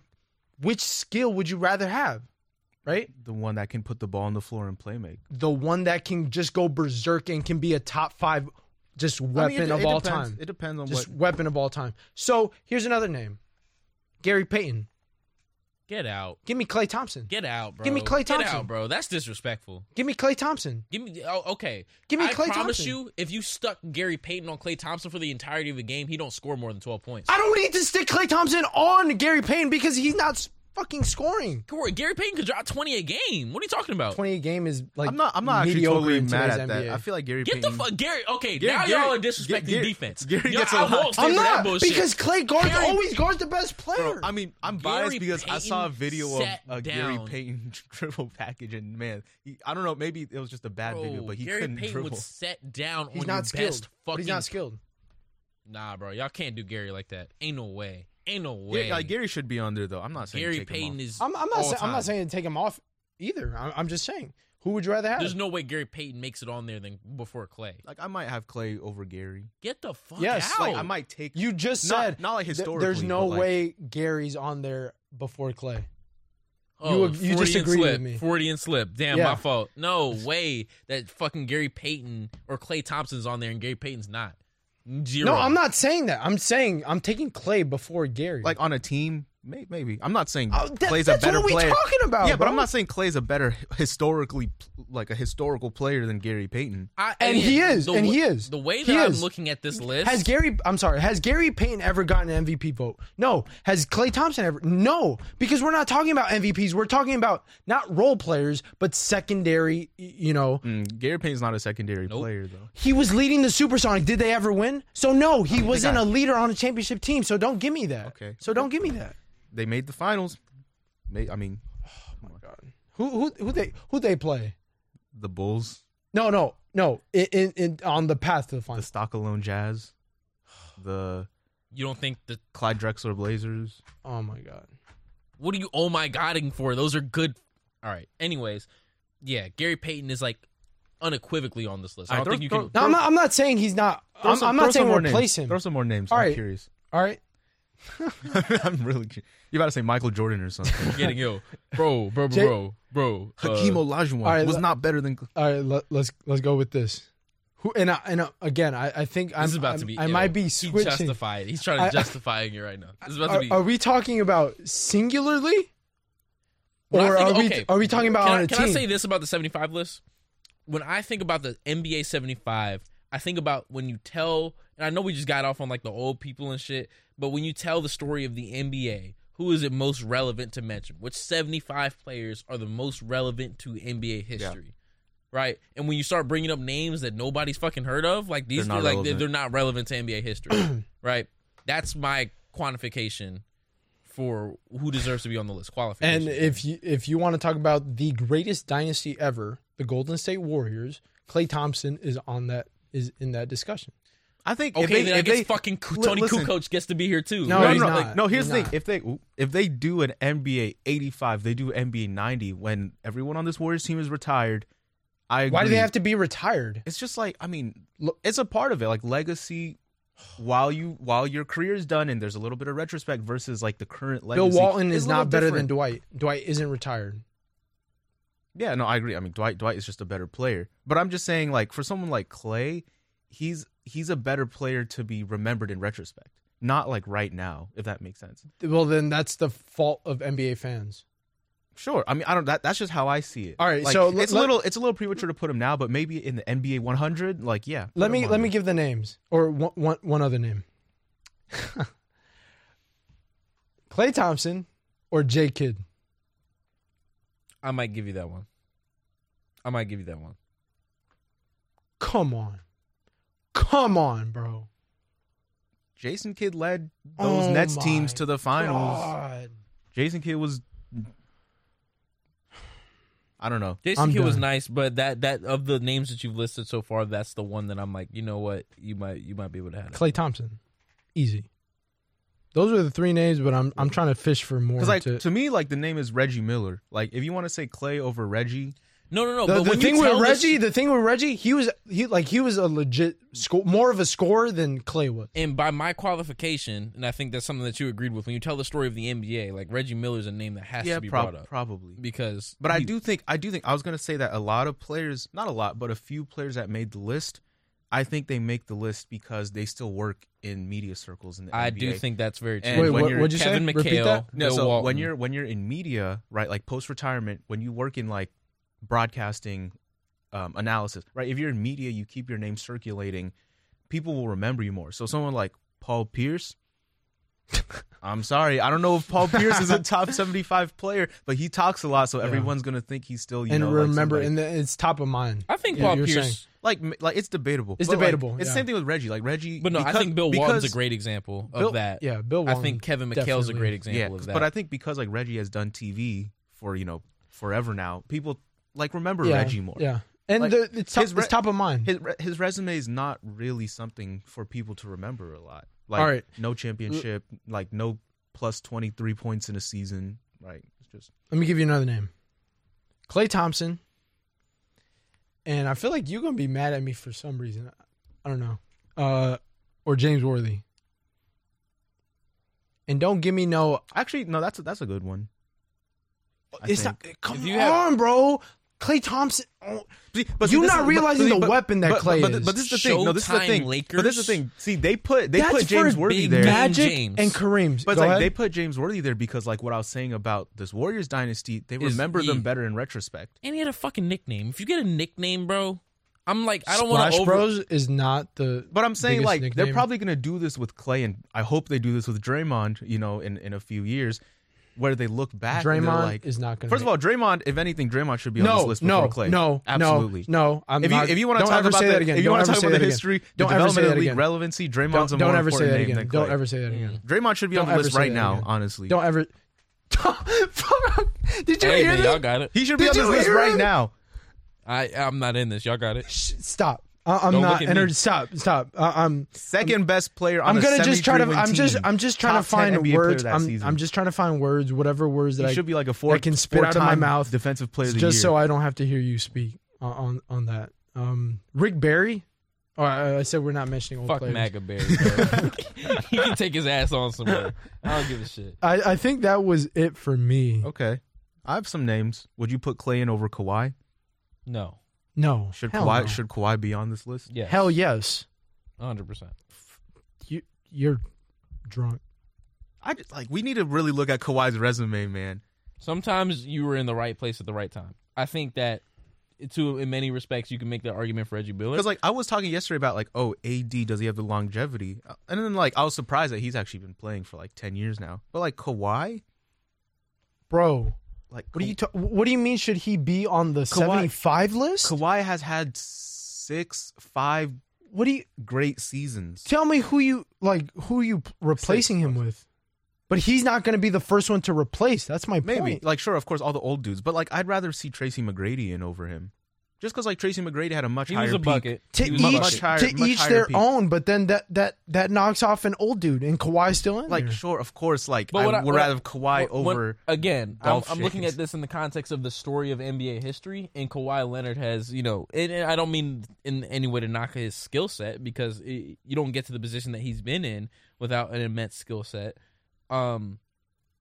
Speaker 11: which skill would you rather have? Right,
Speaker 8: the one that can put the ball on the floor and play make.
Speaker 11: the one that can just go berserk and can be a top five, just
Speaker 8: I
Speaker 11: weapon
Speaker 8: mean, it-
Speaker 11: of
Speaker 8: it
Speaker 11: all
Speaker 8: depends-
Speaker 11: time
Speaker 8: It depends on
Speaker 11: just
Speaker 8: what.
Speaker 11: weapon of all time. So here's another name, Gary Payton.
Speaker 10: Get out.
Speaker 11: Give me Clay Thompson.
Speaker 10: Get out, bro.
Speaker 11: Give me Klay
Speaker 10: Get
Speaker 11: Thompson.
Speaker 10: out, bro. That's disrespectable.
Speaker 11: Give me Clay Thompson.
Speaker 10: Give me oh, okay.
Speaker 11: Give
Speaker 10: I
Speaker 11: me Klay
Speaker 10: promise
Speaker 11: Thompson.
Speaker 10: you, if you stuck Gary Payton on Clay Thompson for the entirety of the game, he don't score more than twelve points.
Speaker 11: I don't need to stick Clay Thompson on Gary Payton because he's not s- fucking scoring.
Speaker 10: Corey, Gary Payton could drop twenty a game. What are you talking about?
Speaker 11: Twenty a game is like
Speaker 8: I'm not. I'm not actually
Speaker 11: mediocre
Speaker 8: totally
Speaker 11: in
Speaker 8: mad
Speaker 11: today's
Speaker 8: at that.
Speaker 11: NBA.
Speaker 8: I feel like Gary
Speaker 10: Get
Speaker 8: Payton.
Speaker 10: the fuck, Gary. Okay,
Speaker 8: Gary-
Speaker 10: now y'all
Speaker 8: Gary-
Speaker 10: are disrespecting
Speaker 8: Gary-
Speaker 10: defense.
Speaker 8: Gary
Speaker 10: Y'all-
Speaker 8: gets a
Speaker 10: I
Speaker 8: lot-
Speaker 10: won't stand
Speaker 11: I'm
Speaker 10: for that
Speaker 11: not
Speaker 10: bullshit.
Speaker 11: because Clay guards
Speaker 10: Gary-
Speaker 11: always guards the best player.
Speaker 8: Bro, I mean, I'm
Speaker 10: Gary
Speaker 8: biased because I saw a video of
Speaker 10: Payton
Speaker 8: a
Speaker 10: sat
Speaker 8: Gary
Speaker 10: down.
Speaker 8: Payton [LAUGHS] dribble package, and man, he, I don't know. Maybe it was just a bad
Speaker 10: Bro,
Speaker 8: video, but he
Speaker 10: Gary
Speaker 8: couldn't
Speaker 10: Payton
Speaker 8: dribble.
Speaker 10: would set down
Speaker 11: he's
Speaker 10: on your
Speaker 11: not
Speaker 10: best
Speaker 11: skilled.
Speaker 10: fucking.
Speaker 11: But he's not skilled.
Speaker 10: Nah, bro, y'all can't do Gary like that. Ain't no way. Ain't no
Speaker 8: Yeah,
Speaker 10: way.
Speaker 8: like, Gary should be on there though. I'm not saying
Speaker 10: Gary
Speaker 8: take him
Speaker 10: Payton
Speaker 8: off.
Speaker 10: is.
Speaker 11: I'm, I'm not.
Speaker 10: all
Speaker 11: Say, I'm
Speaker 10: time.
Speaker 11: not saying take him off either. I'm, I'm just saying who would you rather have?
Speaker 10: There's no way Gary Payton makes it on there than before Clay.
Speaker 8: Like I might have Clay over Gary.
Speaker 10: Get the fuck
Speaker 11: Yes,
Speaker 10: out.
Speaker 8: Like I might take
Speaker 11: you just
Speaker 8: Not-
Speaker 11: said
Speaker 8: not like
Speaker 11: th-
Speaker 8: historically,
Speaker 11: There's no
Speaker 8: but, like-
Speaker 11: way Gary's on there before Clay.
Speaker 10: Oh,
Speaker 11: You- you
Speaker 10: 40 and
Speaker 11: disagree with
Speaker 10: slip,
Speaker 11: me.
Speaker 10: 40 and slip. Damn,
Speaker 11: Yeah.
Speaker 10: my fault. No way that fucking Gary Payton or Clay Thompson's on there and Gary Payton's not. Zero.
Speaker 11: No, I'm not saying that. I'm saying I'm taking Clay before Gary.
Speaker 8: like on a team. May- Maybe I'm not saying
Speaker 11: Oh, that-
Speaker 8: Clay's
Speaker 11: that's
Speaker 8: a better
Speaker 11: what we
Speaker 8: player.
Speaker 11: talking about,
Speaker 8: Yeah, but I'm
Speaker 11: bro.
Speaker 8: not saying Clay's a better historically, like a historical player than Gary Payton.
Speaker 10: I-
Speaker 11: And he is,
Speaker 10: the
Speaker 11: and
Speaker 10: wa-
Speaker 11: he is.
Speaker 10: The way
Speaker 11: He
Speaker 10: that I'm
Speaker 11: is.
Speaker 10: looking at this list,
Speaker 11: has Gary? I'm sorry. Has Gary Payton ever gotten an MVP vote? No. Has Clay Thompson ever? No. Because we're not talking about MVPs. We're talking about not role players, but secondary. y- You know,
Speaker 8: Mm, Gary Payton's not a secondary player though.
Speaker 11: he was leading the Supersonic. Did they ever win? So no, he wasn't
Speaker 8: I-
Speaker 11: a leader on a championship team. So don't give me that.
Speaker 8: Okay.
Speaker 11: So don't give me that.
Speaker 8: They made the finals. May- I mean, Oh,
Speaker 11: Who who who they who they play?
Speaker 8: the Bulls,
Speaker 11: No, no, no. In, in, in on the path to the
Speaker 8: the
Speaker 11: finals.
Speaker 8: Stockholm Jazz, the
Speaker 10: you don't think the
Speaker 8: Clyde Drexler Blazers.
Speaker 11: Oh my god.
Speaker 10: what are you oh my godding for? Those are good. All right. Anyways, yeah, Gary Payton is like unequivocally on this list. I
Speaker 8: All
Speaker 10: don't
Speaker 8: right,
Speaker 10: think you
Speaker 8: throw-
Speaker 10: can.
Speaker 11: No, I'm not. I'm not saying he's not.
Speaker 8: Throw
Speaker 11: I'm,
Speaker 8: some-
Speaker 11: I'm
Speaker 8: throw
Speaker 11: not
Speaker 8: some
Speaker 11: saying
Speaker 8: more
Speaker 11: replace
Speaker 8: names.
Speaker 11: him.
Speaker 8: Throw some more names.
Speaker 11: All
Speaker 8: I'm
Speaker 11: right.
Speaker 8: curious. [LAUGHS]
Speaker 11: All right.
Speaker 8: I'm really curious. You about to say Michael Jordan
Speaker 11: [LAUGHS]
Speaker 8: or something?
Speaker 10: Getting ill, bro, bro,
Speaker 11: Jay-
Speaker 10: bro, bro. uh,
Speaker 8: [LAUGHS] Hakeem Olajuwon
Speaker 11: all right,
Speaker 8: was
Speaker 11: le-
Speaker 8: not better than. Cl-
Speaker 11: all right let, let's let's go with this who and I, and uh, again i i think i'm
Speaker 10: This is about
Speaker 11: I'm-
Speaker 10: to be.
Speaker 11: i
Speaker 10: ill.
Speaker 11: might be
Speaker 10: He
Speaker 11: switching
Speaker 10: justified. He's trying to
Speaker 11: I-
Speaker 10: justify it right now. This is about to
Speaker 11: are,
Speaker 10: be.
Speaker 11: are we talking about singularly
Speaker 10: When I
Speaker 11: or
Speaker 10: think-
Speaker 11: are we
Speaker 10: okay.
Speaker 11: are we talking about
Speaker 10: can
Speaker 11: on
Speaker 10: I,
Speaker 11: a
Speaker 10: can
Speaker 11: team
Speaker 10: I say this about the 75 list? When I think about the NBA 75, I think about when you tell, and I know we just got off on like the old people and shit, but when you tell the story of the NBA, who is it most relevant to mention? Which 75 players are the most relevant to NBA history? right? And when you start bringing up names that nobody's fucking heard of, like these,
Speaker 8: They're not
Speaker 10: like they're,
Speaker 8: relevant.
Speaker 10: they're not relevant to NBA
Speaker 11: [CLEARS THROAT]
Speaker 10: history, right? That's my quantification for who deserves to be on the list. Qualification.
Speaker 11: And if you if you want to talk about the greatest dynasty ever, the Golden State Warriors, Clay Thompson is on that is in that discussion.
Speaker 8: I think if
Speaker 10: okay,
Speaker 8: they,
Speaker 10: then I
Speaker 8: if
Speaker 10: guess
Speaker 8: they-
Speaker 10: fucking Ku-
Speaker 8: li-
Speaker 10: Tony
Speaker 8: listen.
Speaker 10: Kukoc gets to be here too.
Speaker 11: No,
Speaker 10: right?
Speaker 8: No, no,
Speaker 11: he's
Speaker 8: no,
Speaker 11: not.
Speaker 8: like, no.
Speaker 11: He's
Speaker 8: Here's the thing:
Speaker 11: not.
Speaker 8: if they if they do an NBA '85, they do NBA '90 when everyone on this Warriors team is retired. I agree.
Speaker 11: Why do they have to be retired?
Speaker 8: It's just like I mean, look, it's a part of it. Like legacy, while you while your career is done, and there's a little bit of retrospect versus like the current legacy.
Speaker 11: Bill Walton
Speaker 8: It's
Speaker 11: is
Speaker 8: a little
Speaker 11: not better than
Speaker 8: different.
Speaker 11: Dwight. Dwight isn't retired.
Speaker 8: Yeah, no, I agree. I mean, Dwight Dwight is just a better player. But I'm just saying, like for someone like Clay, he's he's a better player to be remembered in retrospect, not like right now, if that makes sense.
Speaker 11: Well, then that's the fault of NBA fans.
Speaker 8: Sure. I mean, I don't. That, that's just how I see it.
Speaker 11: All right,
Speaker 8: Like,
Speaker 11: so let-
Speaker 8: it's a
Speaker 11: let-
Speaker 8: little. It's a little premature to put him now, but maybe in the NBA 100, like yeah. put
Speaker 11: Let
Speaker 8: him
Speaker 11: me
Speaker 8: on
Speaker 11: let me
Speaker 8: there.
Speaker 11: give the names or one one, one other name. [LAUGHS] Clay Thompson or J Kidd.
Speaker 10: I might give you that one. I might give you that one.
Speaker 11: Come on. Come on, bro.
Speaker 8: Jason Kidd led those
Speaker 11: Oh
Speaker 8: Nets
Speaker 11: my
Speaker 8: teams to the finals.
Speaker 11: God.
Speaker 8: Jason Kidd was. I don't know.
Speaker 10: Jason
Speaker 11: I'm
Speaker 10: Kidd was
Speaker 11: done.
Speaker 10: nice, but that that of the names that you've listed so far, that's the one that I'm like, you know what, you might you might be able to have. it.
Speaker 11: Clay Thompson. Easy. Those are the three names, but I'm I'm trying to fish for more.
Speaker 8: Because like
Speaker 11: to-
Speaker 8: to me, like the name is Reggie Miller. Like if you want to say Clay over Reggie,
Speaker 10: No, no, no.
Speaker 11: the,
Speaker 10: but
Speaker 11: the
Speaker 10: when
Speaker 11: thing
Speaker 10: you
Speaker 11: with
Speaker 10: tell this-
Speaker 11: Reggie, the thing with Reggie, he was he like he was a legit sco- more of a scorer than Clay was.
Speaker 10: and by my qualification, and I think that's something that you agreed with when you tell the story of the NBA, like Reggie Miller's a name that has
Speaker 8: yeah,
Speaker 10: to be
Speaker 8: prob-
Speaker 10: brought up
Speaker 8: probably.
Speaker 10: because.
Speaker 8: But I
Speaker 10: he-
Speaker 8: do think I do think I was gonna say that a lot of players, not a lot, but a few players that made the list, I think they make the list because they still work in media circles in the
Speaker 10: I
Speaker 8: NBA.
Speaker 10: do think that's very true.
Speaker 8: And
Speaker 11: Wait,
Speaker 8: when
Speaker 11: what,
Speaker 8: you're
Speaker 11: what'd you
Speaker 10: Kevin
Speaker 11: say? Repeat
Speaker 10: McHale,
Speaker 11: that.
Speaker 8: No,
Speaker 10: Bill
Speaker 8: so
Speaker 10: Walton.
Speaker 8: when you're when you're in media, right, like post retirement, when you work in like broadcasting um, analysis, right? If you're in media, you keep your name circulating, people will remember you more. So someone like
Speaker 10: [LAUGHS]
Speaker 8: Paul Pierce. I'm sorry, I don't know if Paul
Speaker 10: [LAUGHS]
Speaker 8: Pierce is a top 75 player, but he talks a lot, so everyone's gonna think he's still. You
Speaker 11: and
Speaker 8: know, like
Speaker 11: remember,
Speaker 8: somebody-
Speaker 11: and the, it's top of mind.
Speaker 10: I think
Speaker 11: Yeah,
Speaker 10: Paul
Speaker 11: you're
Speaker 10: Pierce,
Speaker 11: saying.
Speaker 8: like m- like it's debatable.
Speaker 11: It's
Speaker 8: But, like,
Speaker 11: debatable,
Speaker 8: it's the
Speaker 11: yeah.
Speaker 8: same thing with Reggie. Like Reggie,
Speaker 10: but no, I
Speaker 8: because-
Speaker 10: think Bill Walton's a
Speaker 8: because-
Speaker 10: great example of
Speaker 11: Bill-
Speaker 10: that.
Speaker 11: yeah, Bill
Speaker 10: I
Speaker 11: Walton,
Speaker 10: think Kevin McHale's a
Speaker 11: definitely.
Speaker 10: great example
Speaker 8: Yeah,
Speaker 10: of
Speaker 8: 'cause-
Speaker 10: that.
Speaker 8: but I think because like Reggie has done TV for you know forever now, people like remember
Speaker 11: yeah,
Speaker 8: Reggie more.
Speaker 11: Yeah, and
Speaker 8: Like,
Speaker 11: the, it's, top,
Speaker 8: his re-
Speaker 11: it's top of mind.
Speaker 8: His, re- his resume is not really something for people to remember a lot. Like
Speaker 11: All right.
Speaker 8: no championship, like no plus twenty three points in a season. Like it's just
Speaker 11: Let me give you another name. Clay Thompson. And I feel like you're gonna be mad at me for some reason. I don't know. Uh or James Worthy. And don't give me no
Speaker 8: actually no. That's a, that's a good one. I
Speaker 11: it's
Speaker 8: think.
Speaker 11: not come
Speaker 10: If you
Speaker 11: on,
Speaker 10: have-
Speaker 11: bro. Clay Thompson oh,
Speaker 8: See,
Speaker 11: You're
Speaker 8: this
Speaker 11: not
Speaker 8: is-
Speaker 11: realizing
Speaker 8: see,
Speaker 11: the weapon that
Speaker 8: but,
Speaker 11: Clay
Speaker 8: but, But,
Speaker 11: is.
Speaker 8: this is the thing. No, this is the
Speaker 10: Showtime
Speaker 8: thing. But this is the
Speaker 10: Lakers?
Speaker 8: thing. See, they put they
Speaker 11: That's
Speaker 8: put James
Speaker 11: for
Speaker 8: Worthy
Speaker 10: big
Speaker 8: there.
Speaker 10: man.
Speaker 11: Magic
Speaker 10: James.
Speaker 11: and Kareem's.
Speaker 8: But it's
Speaker 11: Go
Speaker 8: like
Speaker 11: ahead.
Speaker 8: they put James Worthy there because like what I was saying about this Warriors dynasty, they
Speaker 10: Is-
Speaker 8: remember
Speaker 10: yeah.
Speaker 8: them better in retrospect.
Speaker 10: and he had a fucking nickname. If you get a nickname, bro, I'm like, I don't want
Speaker 11: Splash
Speaker 10: to over.
Speaker 11: Bros is not the
Speaker 8: But I'm saying
Speaker 11: biggest
Speaker 8: like they're
Speaker 11: nickname.
Speaker 8: probably gonna do this with Clay and I hope they do this with Draymond, you know, in, in a few years, where they look back and they're
Speaker 11: Draymond
Speaker 8: like
Speaker 11: is not gonna
Speaker 8: First of
Speaker 11: make-
Speaker 8: all, Draymond, if anything, Draymond should be on
Speaker 11: no,
Speaker 8: this list before
Speaker 11: no,
Speaker 8: Clay.
Speaker 11: no,
Speaker 8: Absolutely.
Speaker 11: no, no. I'm
Speaker 8: If you,
Speaker 11: not-
Speaker 8: if you want to
Speaker 11: don't
Speaker 8: talk
Speaker 11: ever
Speaker 8: about
Speaker 11: say
Speaker 8: the,
Speaker 11: that again,
Speaker 8: if you
Speaker 11: don't
Speaker 8: want
Speaker 11: ever
Speaker 8: to talk
Speaker 11: say
Speaker 8: about the
Speaker 11: that again.
Speaker 8: history, the
Speaker 11: Don't ever
Speaker 8: development
Speaker 11: say
Speaker 8: of
Speaker 11: that
Speaker 8: league
Speaker 11: again.
Speaker 8: relevancy,
Speaker 11: Don't,
Speaker 8: Draymond's a more
Speaker 11: don't ever say
Speaker 8: important
Speaker 11: that
Speaker 8: name
Speaker 11: again.
Speaker 8: than
Speaker 11: Don't
Speaker 8: Klay.
Speaker 11: ever say that again.
Speaker 8: Draymond should be
Speaker 11: Don't
Speaker 8: on the
Speaker 11: ever
Speaker 8: list
Speaker 11: say
Speaker 8: right
Speaker 11: that
Speaker 8: now,
Speaker 11: again.
Speaker 8: honestly.
Speaker 11: Don't ever. [LAUGHS] Did you
Speaker 10: Hey,
Speaker 11: hear
Speaker 10: man,
Speaker 11: that?
Speaker 10: y'all got it.
Speaker 8: He should be
Speaker 11: Did
Speaker 8: on this
Speaker 11: you
Speaker 8: list
Speaker 11: hear
Speaker 8: right
Speaker 11: him?
Speaker 8: now.
Speaker 10: I I'm not in this. Y'all got it.
Speaker 11: Shh, Stop. I- I'm
Speaker 10: Don't
Speaker 11: not
Speaker 10: look at me.
Speaker 11: entered. Stop. Stop. I- I'm.
Speaker 8: Second best player on
Speaker 11: I'm
Speaker 8: a
Speaker 11: gonna just try to.
Speaker 8: 73 win
Speaker 11: I'm just.
Speaker 8: team.
Speaker 11: I'm just trying
Speaker 8: Top
Speaker 11: to find
Speaker 8: 10 NBA player
Speaker 11: words.
Speaker 8: that
Speaker 11: I'm,
Speaker 8: season.
Speaker 11: I'm just trying to find words. Whatever words that
Speaker 8: He
Speaker 11: I
Speaker 8: should be like a four.
Speaker 11: that can spit out of my
Speaker 8: four-time
Speaker 11: mouth.
Speaker 8: Defensive player of the
Speaker 11: just
Speaker 8: year.
Speaker 11: so I don't have to hear you speak on on, on that. Um, Rick Barry. Oh, I, I said we're not mentioning old
Speaker 10: Fuck
Speaker 11: players.
Speaker 10: MAGA Barry. Bro. [LAUGHS] he can take his ass on somewhere. I don't give a shit.
Speaker 11: I, I think that was it for me.
Speaker 8: okay, I have some names. Would you put Clay in over Kawhi?
Speaker 10: No.
Speaker 11: No.
Speaker 8: Should
Speaker 11: hell
Speaker 8: Kawhi
Speaker 11: no.
Speaker 8: should Kawhi be on this list?
Speaker 10: Yeah.
Speaker 11: Hell yes.
Speaker 10: 100. percent
Speaker 11: You you're drunk.
Speaker 8: I just, like we need to really look at Kawhi's resume, man.
Speaker 10: Sometimes you were in the right place at the right time. I think that, to in many respects, you can make that argument for Reggie Miller.
Speaker 8: Because like I was talking yesterday about like oh AD does he have the longevity? Uh, And then like I was surprised that he's actually been playing for like ten years now. But like Kawhi,
Speaker 11: Bro,
Speaker 8: like
Speaker 11: What do you ta- What do you mean? Should he be on the seventy-five list?
Speaker 8: Kawhi has had six, five
Speaker 11: What do you
Speaker 8: great seasons.
Speaker 11: tell me? Who you like? Who you p- replacing him with? But he's not going to be the first one to replace. That's my
Speaker 8: Maybe
Speaker 11: point.
Speaker 8: like sure, of course, all the old dudes, but like I'd rather see Tracy McGrady in over him, just because like Tracy McGrady had a much
Speaker 10: He
Speaker 8: higher
Speaker 10: was a
Speaker 8: peak.
Speaker 10: bucket.
Speaker 11: to
Speaker 10: He
Speaker 11: each
Speaker 10: was a bucket.
Speaker 8: higher-
Speaker 11: to
Speaker 8: much
Speaker 11: each
Speaker 8: higher
Speaker 11: their
Speaker 8: peak.
Speaker 11: own. But then that that that knocks off an old dude, and Kawhi's still in
Speaker 8: Like
Speaker 11: there.
Speaker 8: sure, of course, like
Speaker 10: But what
Speaker 8: I
Speaker 10: I-
Speaker 8: would
Speaker 10: what I-
Speaker 8: rather have Kawhi
Speaker 10: Well, when-
Speaker 8: over.
Speaker 10: again. I'm,
Speaker 8: Dolph
Speaker 10: I'm looking at
Speaker 8: Schayes.
Speaker 10: this in the context of the story of NBA history, and Kawhi Leonard has, you know, and, and I don't mean in any way to knock his skill set because it, you don't get to the position that he's been in without an immense skill set. Um,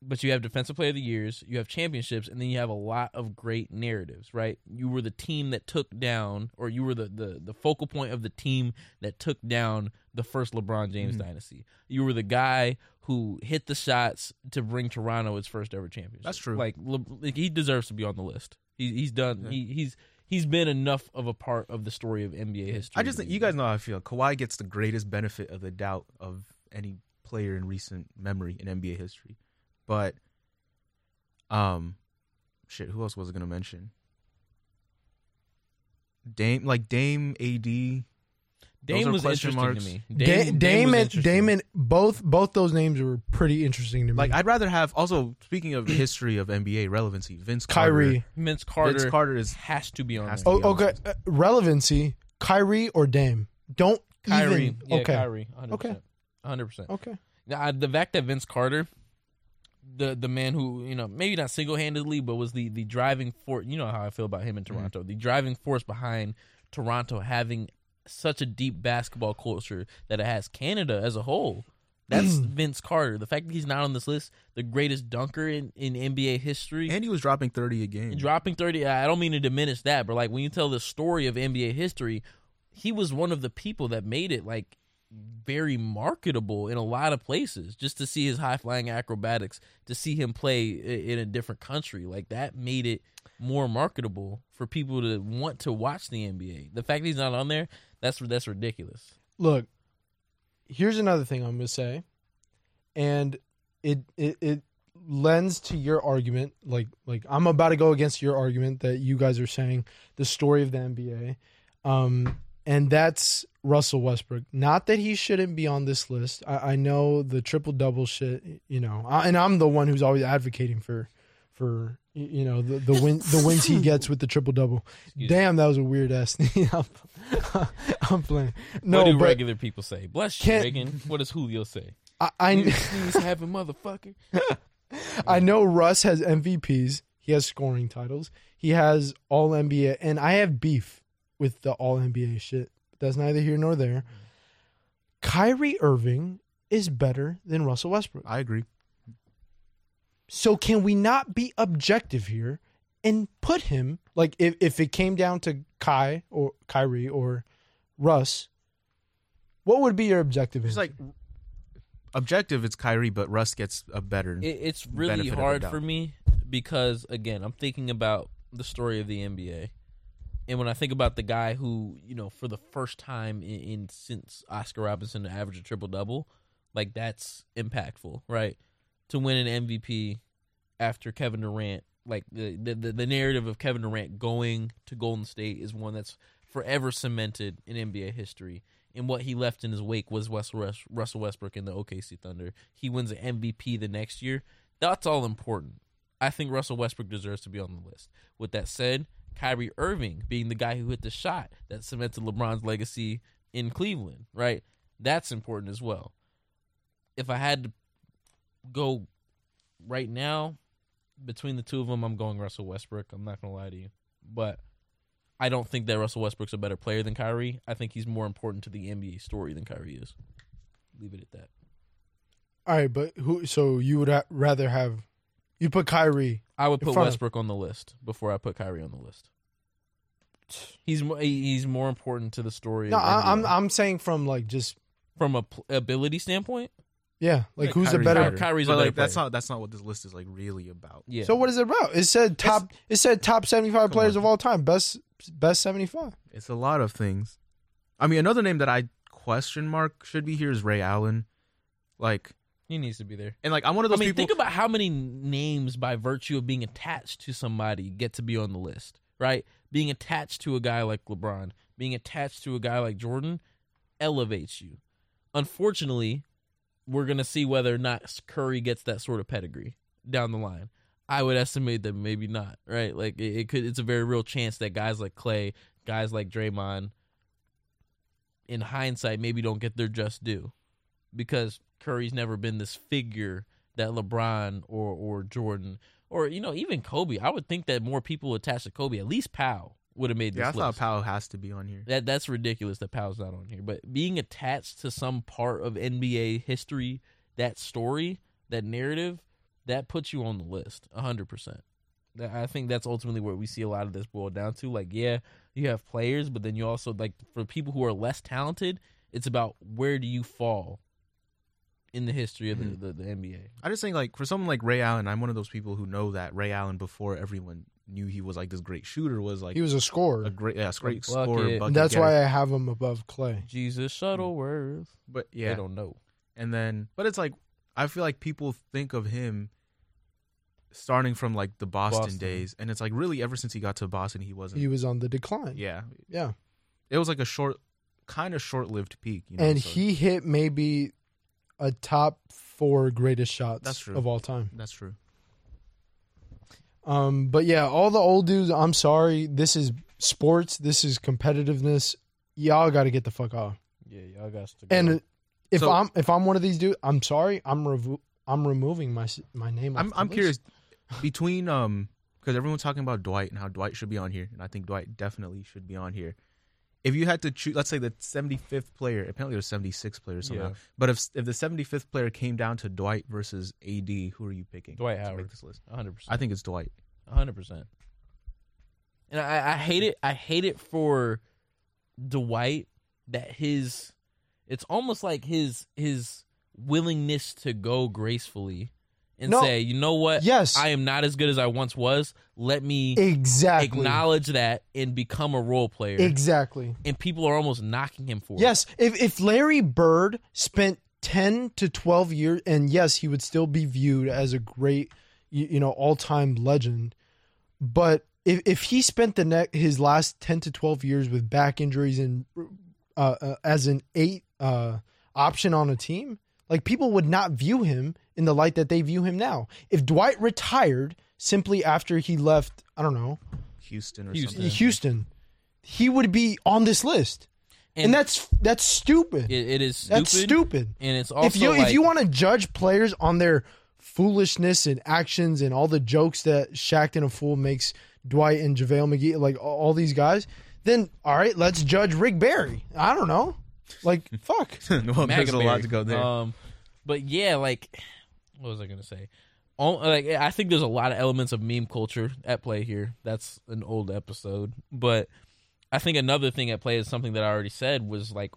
Speaker 10: but you have defensive player of the years, you have championships, and then you have a lot of great narratives, right? You were the team that took down, or you were the the, the focal point of the team that took down the first LeBron James
Speaker 8: Mm-hmm.
Speaker 10: dynasty. You were the guy who hit the shots to bring Toronto its first ever championship.
Speaker 8: That's true.
Speaker 10: Like, Le- like he deserves to be on the list. He, he's done. He, he's he's been enough of a part of the story of NBA history.
Speaker 8: I just
Speaker 10: to
Speaker 8: think
Speaker 10: be
Speaker 8: you guys know how I feel. Kawhi gets the greatest benefit of the doubt of any player in recent memory in NBA history, but um, shit, who else was I gonna mention? Dame, like Dame, AD. Those
Speaker 10: Dame
Speaker 8: are
Speaker 10: was
Speaker 8: question
Speaker 10: interesting
Speaker 8: marks.
Speaker 10: to me.
Speaker 11: Da-
Speaker 10: was
Speaker 11: Damon,
Speaker 10: interesting.
Speaker 11: Damon, both both those names were pretty interesting to me.
Speaker 8: Like I'd rather have. Also, speaking of the history of NBA relevancy, Vince Carter-
Speaker 11: Kyrie.
Speaker 10: Vince Carter,
Speaker 8: Vince Carter is
Speaker 10: has to be on.
Speaker 8: Has
Speaker 10: there.
Speaker 8: to
Speaker 11: Oh,
Speaker 8: be honest
Speaker 11: okay, uh, relevancy: Kyrie or Dame. Don't
Speaker 10: Kyrie.
Speaker 11: even.
Speaker 10: Yeah,
Speaker 11: okay,
Speaker 10: Kyrie. 100%.
Speaker 11: Okay.
Speaker 10: 100%.
Speaker 11: okay.
Speaker 10: Now, I- the fact that Vince Carter, the the man who, you know, maybe not single handedly, but was the, the driving force, you know how I feel about him in
Speaker 11: Mm-hmm.
Speaker 10: Toronto, the driving force behind Toronto having such a deep basketball culture that it has Canada as a whole.
Speaker 11: [CLEARS THROAT]
Speaker 10: That's Vince Carter. The fact that he's not on this list, the greatest dunker in, in NBA history.
Speaker 8: And he was dropping 30 a game.
Speaker 10: dropping 30 i don't mean to diminish that but like when you tell the story of nba history he was one of the people that made it like very marketable in a lot of places just to see his high flying acrobatics to see him play i- in a different country like that made it more marketable for people to want to watch the nba the fact that he's not on there that's that's ridiculous
Speaker 11: Look, here's another thing I'm gonna say, and it it it lends to your argument. Like like I'm about to go against your argument that you guys are saying the story of the NBA, um, and that's Russell Westbrook. Not that he shouldn't be on this list. I, I know the triple double shit. You know, I, and I'm the one who's always advocating for for y- you know the the win the wins he gets with the triple double. Damn, that was a weird ass. [LAUGHS] thing. I'm, [LAUGHS] I'm playing. No,
Speaker 10: what do
Speaker 11: but
Speaker 10: regular people say bless you
Speaker 11: Can't-
Speaker 10: reagan what does julio
Speaker 11: [LAUGHS]
Speaker 10: say
Speaker 11: I, I
Speaker 10: please have a motherfucker
Speaker 11: I know Russ has MVPs. He has scoring titles. He has All NBA, and I have beef with the All NBA shit. That's neither here nor there. Kyrie Irving is better than Russell Westbrook.
Speaker 8: I agree.
Speaker 11: So can we not be objective here and put him like if, if it came down to Kai or Kyrie or Russ, what would be your objective?
Speaker 8: It's
Speaker 11: answer?
Speaker 8: like objective it's Kyrie but Russ gets a better.
Speaker 10: It, it's really
Speaker 8: benefit of the
Speaker 10: hard
Speaker 8: doubt.
Speaker 10: for me because again, I'm thinking about the story of the NBA, and when I think about the guy who you know for the first time in, in since Oscar Robinson averaged a triple double, like that's impactful, right? To win an MVP after Kevin Durant, like the the, the, the narrative of Kevin Durant going to Golden State is one that's forever cemented in NBA history. And what he left in his wake was West, West, Russell Westbrook in the OKC Thunder. He wins an MVP the next year. That's all important. I think Russell Westbrook deserves to be on the list. With that said, Kyrie Irving being the guy who hit the shot that cemented LeBron's legacy in Cleveland, right? That's important as well. If I had to go right now, between the two of them, I'm going Russell Westbrook. I'm not going to lie to you. But I don't think that Russell Westbrook's a better player than Kyrie. I think he's more important to the NBA story than Kyrie is. Leave it at that.
Speaker 11: all right, but who? So you would ha- rather have you put Kyrie?
Speaker 10: I would
Speaker 11: In
Speaker 10: put
Speaker 11: front of-
Speaker 10: Westbrook on the list before I put Kyrie on the list. He's mo- he- he's more important to the story.
Speaker 11: No,
Speaker 10: of
Speaker 11: I, I'm
Speaker 10: NBA.
Speaker 11: I'm saying from like just
Speaker 10: from a pl- ability standpoint.
Speaker 11: Yeah, like
Speaker 8: Yeah,
Speaker 11: who's the
Speaker 8: Kyrie's
Speaker 11: better?
Speaker 10: Ky- Kyrie's a
Speaker 8: but
Speaker 10: better
Speaker 8: like that's
Speaker 10: player.
Speaker 8: not that's not what this list is like really about.
Speaker 10: Yeah.
Speaker 11: So what is it about? It said top. it said top seventy five players
Speaker 8: on.
Speaker 11: of all time, best best seventy five.
Speaker 8: It's a lot of things. I mean another name that I question mark should be here is Ray Allen. Like
Speaker 10: He needs to be there.
Speaker 8: And like I'm one of
Speaker 10: I
Speaker 8: those
Speaker 10: mean,
Speaker 8: people.
Speaker 10: think about how many names by virtue of being attached to somebody get to be on the list, right? Being attached to a guy like LeBron, being attached to a guy like Jordan elevates you. Unfortunately, we're going to see whether or not Curry gets that sort of pedigree down the line. I would estimate that maybe not, right? Like it, it could it's a very real chance that guys like Clay, guys like Draymond in hindsight maybe don't get their just due because Curry's never been this figure that LeBron or or Jordan or you know even Kobe. I would think that more people attached to Kobe, at least Powell, would have made this
Speaker 8: yeah, I
Speaker 10: list.
Speaker 8: thought Powell has to be on here.
Speaker 10: That that's ridiculous that Powell's not on here. But being attached to some part of NBA history, that story, that narrative, that puts you on the list, hundred percent. I think that's ultimately where we see a lot of this boil down to. Like, yeah, you have players, but then you also like for people who are less talented, it's about where do you fall in the history of the, the, the NBA.
Speaker 8: I just think like for someone like Ray Allen, I'm one of those people who know that Ray Allen before everyone knew he was like this great shooter was like
Speaker 11: He was a scorer.
Speaker 8: a great yeah, great
Speaker 10: bucket.
Speaker 8: scorer.
Speaker 10: And
Speaker 8: bucket
Speaker 11: and that's
Speaker 8: getter.
Speaker 11: why I have him above Clay.
Speaker 10: Jesus Shuttleworth.
Speaker 8: But
Speaker 10: I
Speaker 8: yeah,
Speaker 10: don't know.
Speaker 8: and then but it's like I feel like people think of him starting from like the Boston,
Speaker 10: Boston.
Speaker 8: days, and it's like really ever since he got to Boston, he wasn't.
Speaker 11: He was on the decline.
Speaker 8: [LAUGHS] yeah,
Speaker 11: Yeah.
Speaker 8: it was like a short, kind of short-lived peak. You know,
Speaker 11: And
Speaker 8: so
Speaker 11: he hit maybe a top four greatest shots
Speaker 8: That's true.
Speaker 11: of all time.
Speaker 8: that's true.
Speaker 11: Um, but yeah, all the old dudes, I'm sorry. This is sports. This is competitiveness. Y'all got to get the fuck off.
Speaker 10: Yeah, y'all got to
Speaker 11: And if
Speaker 8: So-
Speaker 11: I'm if I'm one of these dudes, I'm sorry. I'm revo- I'm removing my s- my name. off
Speaker 8: I'm
Speaker 11: the
Speaker 8: I'm
Speaker 11: list.
Speaker 8: curious between um because everyone's talking about Dwight and how Dwight should be on here, and I think Dwight definitely should be on here. If you had to choose, let's say the 75th player, apparently there's 76 players somehow,
Speaker 10: Yeah.
Speaker 8: but if if the 75th player came down to Dwight versus AD, who are you picking?
Speaker 10: Dwight
Speaker 8: to
Speaker 10: Howard.
Speaker 8: Make this list?
Speaker 10: 100%.
Speaker 8: I think it's Dwight.
Speaker 10: hundred percent. And I, I hate it. I hate it for Dwight that his. It's almost like his his willingness to go gracefully and
Speaker 11: No.
Speaker 10: say, you know what?
Speaker 11: Yes.
Speaker 10: I am not as good as I once was. Let me
Speaker 11: Exactly.
Speaker 10: acknowledge that and become a role player.
Speaker 11: Exactly.
Speaker 10: and people are almost knocking him for it.
Speaker 11: Yes, if if Larry Bird spent 10 to 12 years and yes, he would still be viewed as a great you, you know, all-time legend, but if if he spent the ne- his last 10 to 12 years with back injuries and uh, uh, as an eight uh option on a team, like people would not view him in the light that they view him now. If Dwight retired simply after he left, I don't know,
Speaker 8: Houston or
Speaker 10: Houston.
Speaker 8: something.
Speaker 11: Houston, he would be on this list. And, that's that's
Speaker 10: it,
Speaker 11: stupid.
Speaker 10: it is stupid.
Speaker 11: That's stupid.
Speaker 10: And it's also
Speaker 11: if you
Speaker 10: like,
Speaker 11: if you want to judge players on their foolishness and actions and all the jokes that Shaqton a fool makes Dwight and JaVale McGee like all- all these guys, then all right, let's judge Rick Barry. I don't know.
Speaker 10: [LAUGHS]
Speaker 11: Like fuck.
Speaker 8: [LAUGHS] well, I'm taking a lot
Speaker 10: Maxberry.
Speaker 8: to go there.
Speaker 10: Um, but yeah, like, what was I gonna say? All, like, I think there's a lot of elements of meme culture at play here. That's an old episode, but I think another thing at play is something that I already said was like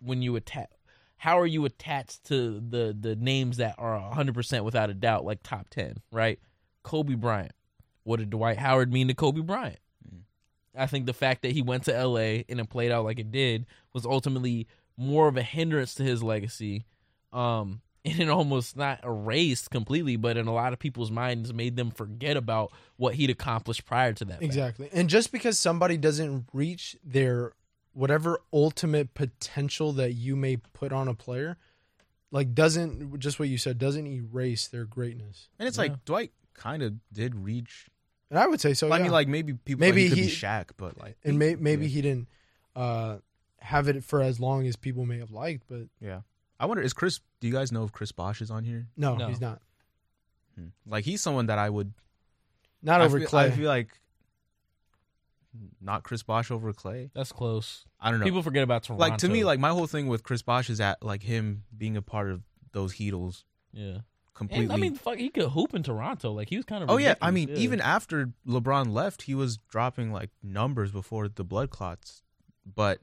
Speaker 10: when you attach. How are you attached to the the names that are 100% without a doubt like top 10, right? Kobe Bryant. What did Dwight Howard mean to Kobe Bryant?
Speaker 8: Mm.
Speaker 10: I think the fact that he went to LA and it played out like it did was ultimately more of a hindrance to his legacy. Um, [LAUGHS] and it almost not erased completely, but in a lot of people's minds made them forget about what he'd accomplished prior to that. fact.
Speaker 11: Exactly. And just because somebody doesn't reach their whatever ultimate potential that you may put on a player, like doesn't just what you said doesn't erase their greatness.
Speaker 8: and it's
Speaker 10: yeah.
Speaker 8: like Dwight kind of did reach.
Speaker 11: And I would say so.
Speaker 8: I
Speaker 11: Oh, yeah.
Speaker 8: mean, like maybe people
Speaker 11: Maybe
Speaker 8: maybe he could
Speaker 11: he-
Speaker 8: be Shaq, but like
Speaker 11: and may, maybe
Speaker 8: yeah.
Speaker 11: he didn't uh, have it for as long as people may have liked, but
Speaker 8: yeah. I wonder is Chris? Do you guys know if Chris Bosch is on here?
Speaker 11: no,
Speaker 10: No.
Speaker 11: he's not.
Speaker 8: Hmm. Like he's someone that I would
Speaker 11: Not
Speaker 8: I
Speaker 11: over
Speaker 8: feel,
Speaker 11: Clay.
Speaker 8: I feel like not Chris Bosch over Clay.
Speaker 10: That's close.
Speaker 8: I don't know.
Speaker 10: People forget about Toronto.
Speaker 8: like to me, like my whole thing with Chris Bosch is that like him being a part of those Heatles
Speaker 10: yeah.
Speaker 8: completely.
Speaker 10: And I mean, fuck, he could hoop in Toronto. Like he was kind of.
Speaker 8: oh yeah, I mean,
Speaker 10: ridiculous, yeah.
Speaker 8: even after LeBron left, he was dropping like numbers before the blood clots. But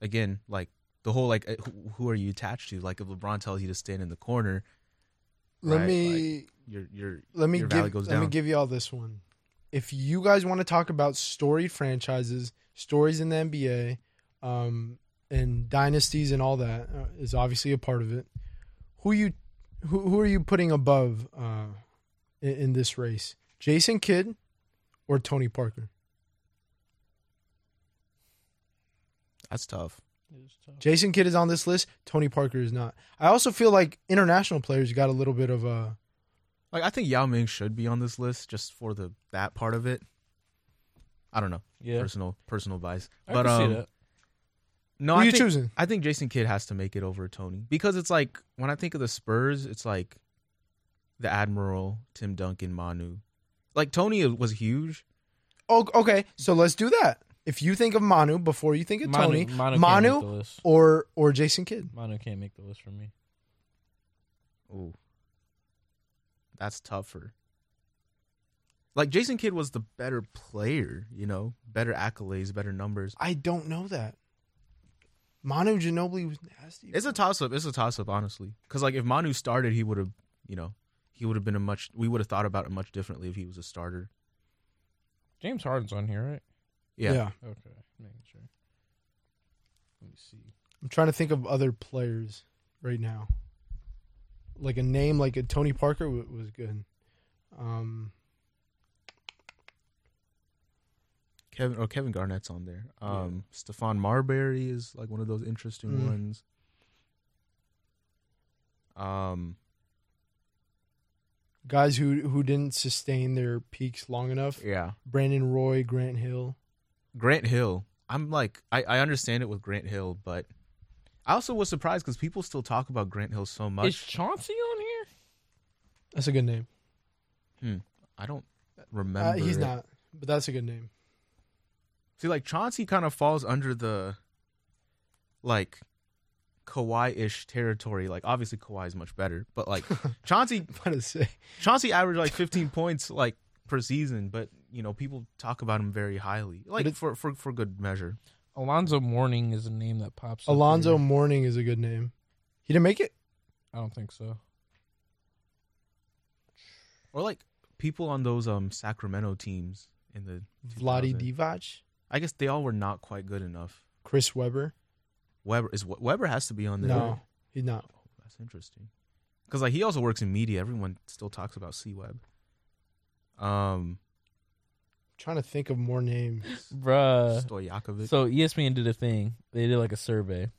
Speaker 8: again, like the whole like uh, who, who are you attached to? Like if LeBron tells you to stand in the corner,
Speaker 11: let
Speaker 8: right,
Speaker 11: me
Speaker 8: like, your your
Speaker 11: let me
Speaker 8: your value
Speaker 11: give
Speaker 8: goes
Speaker 11: let
Speaker 8: down.
Speaker 11: me give y'all this one. If you guys want to talk about storied franchises, stories in the NBA, um, and dynasties and all that uh, is obviously a part of it. Who you who who are you putting above uh, in, in this race? Jason Kidd or Tony Parker?
Speaker 8: That's tough.
Speaker 11: Jason Kidd is on this list. Tony Parker is not. I also feel like international players got a little bit of a.
Speaker 8: Like I think Yao Ming should be on this list just for the that part of it. I don't know.
Speaker 10: Yeah.
Speaker 8: Personal personal bias.
Speaker 10: I
Speaker 8: but
Speaker 10: can see
Speaker 8: um
Speaker 10: that.
Speaker 8: no,
Speaker 11: Who
Speaker 8: I
Speaker 11: you
Speaker 8: think,
Speaker 11: choosing?
Speaker 8: I think Jason Kidd has to make it over Tony because it's like when I think of the Spurs, it's like the Admiral, Tim Duncan, Manu. Like Tony was huge.
Speaker 11: Oh, okay. So let's do that. If you think of Manu before you think of Tony,
Speaker 10: Manu,
Speaker 11: Manu,
Speaker 10: can't make the list.
Speaker 11: or or Jason Kidd.
Speaker 10: Manu can't make the list for me.
Speaker 8: Ooh, that's tougher. Like Jason Kidd was the better player, you know, better accolades, better numbers.
Speaker 11: I don't know that. Manu Ginobili was nasty.
Speaker 8: It's a toss up. It's a toss up, honestly. Because like if Manu started, he would have, you know, he would have been a much. We would have thought about it much differently if he was a starter.
Speaker 10: James Harden's on here, right?
Speaker 8: Yeah.
Speaker 10: Okay, making sure. Let me see.
Speaker 11: I'm trying to think of other players right now. Like a name like a Tony Parker w- was good. Um,
Speaker 8: Kevin or Kevin Garnett's on there. Um, Stefan Marbury is like one of those interesting
Speaker 11: Mhm.
Speaker 8: ones. Um,
Speaker 11: guys who who didn't sustain their peaks long enough.
Speaker 8: yeah,
Speaker 11: Brandon Roy, Grant Hill.
Speaker 8: Grant Hill. I'm like, I, I understand it with Grant Hill, but I also was surprised because people still talk about Grant Hill so much.
Speaker 10: Is Chauncey on here?
Speaker 11: That's a good name.
Speaker 8: Hmm. I don't
Speaker 11: Uh,
Speaker 8: remember.
Speaker 11: he's
Speaker 8: it.
Speaker 11: not, but that's a good name. [LAUGHS]
Speaker 8: See, like Chauncey kind of falls under the like Kawhi-ish territory. Like obviously Kawhi is much better,
Speaker 11: [LAUGHS]
Speaker 8: but like Chauncey,
Speaker 11: What to say?
Speaker 8: Chauncey averaged like 15 points like per season, but you know people talk about him very highly, like
Speaker 11: But it-
Speaker 8: for for for good measure.
Speaker 10: Alonzo Mourning is a name that pops. up
Speaker 11: Alonzo
Speaker 10: here.
Speaker 11: Mourning is a good name. He didn't make it.
Speaker 10: I don't think so.
Speaker 8: Or like people on those um Sacramento teams in the 2000.
Speaker 11: Vladi Divac,
Speaker 8: I guess they all were not quite good enough.
Speaker 11: Chris Webber.
Speaker 8: Weber is Weber has to be on there.
Speaker 11: No, he's not.
Speaker 8: Oh, that's interesting. Because like he also works in media. Everyone still talks about C Web. Um,
Speaker 11: trying to think of more names. Uh,
Speaker 10: Bruh.
Speaker 8: Stojakovic.
Speaker 10: So E ESPN did a thing. They did like a survey,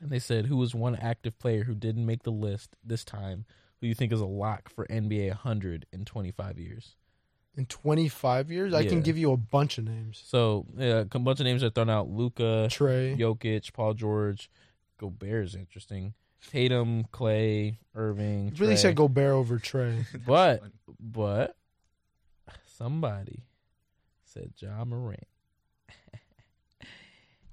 Speaker 10: and they said who was one active player who didn't make the list this time. Who you think is a lock for NBA 100 in 25 years?
Speaker 11: In 25 years, I
Speaker 10: Yeah.
Speaker 11: can give you a bunch of names.
Speaker 10: So yeah, a bunch of names are thrown out: Luca,
Speaker 11: Trey,
Speaker 10: Jokic, Paul George, Gobert is interesting. Tatum, Clay, Irving.
Speaker 11: You really
Speaker 10: Trey.
Speaker 11: said Gobert
Speaker 10: [LAUGHS]
Speaker 11: over Trey.
Speaker 10: But but somebody said John Morant. [LAUGHS]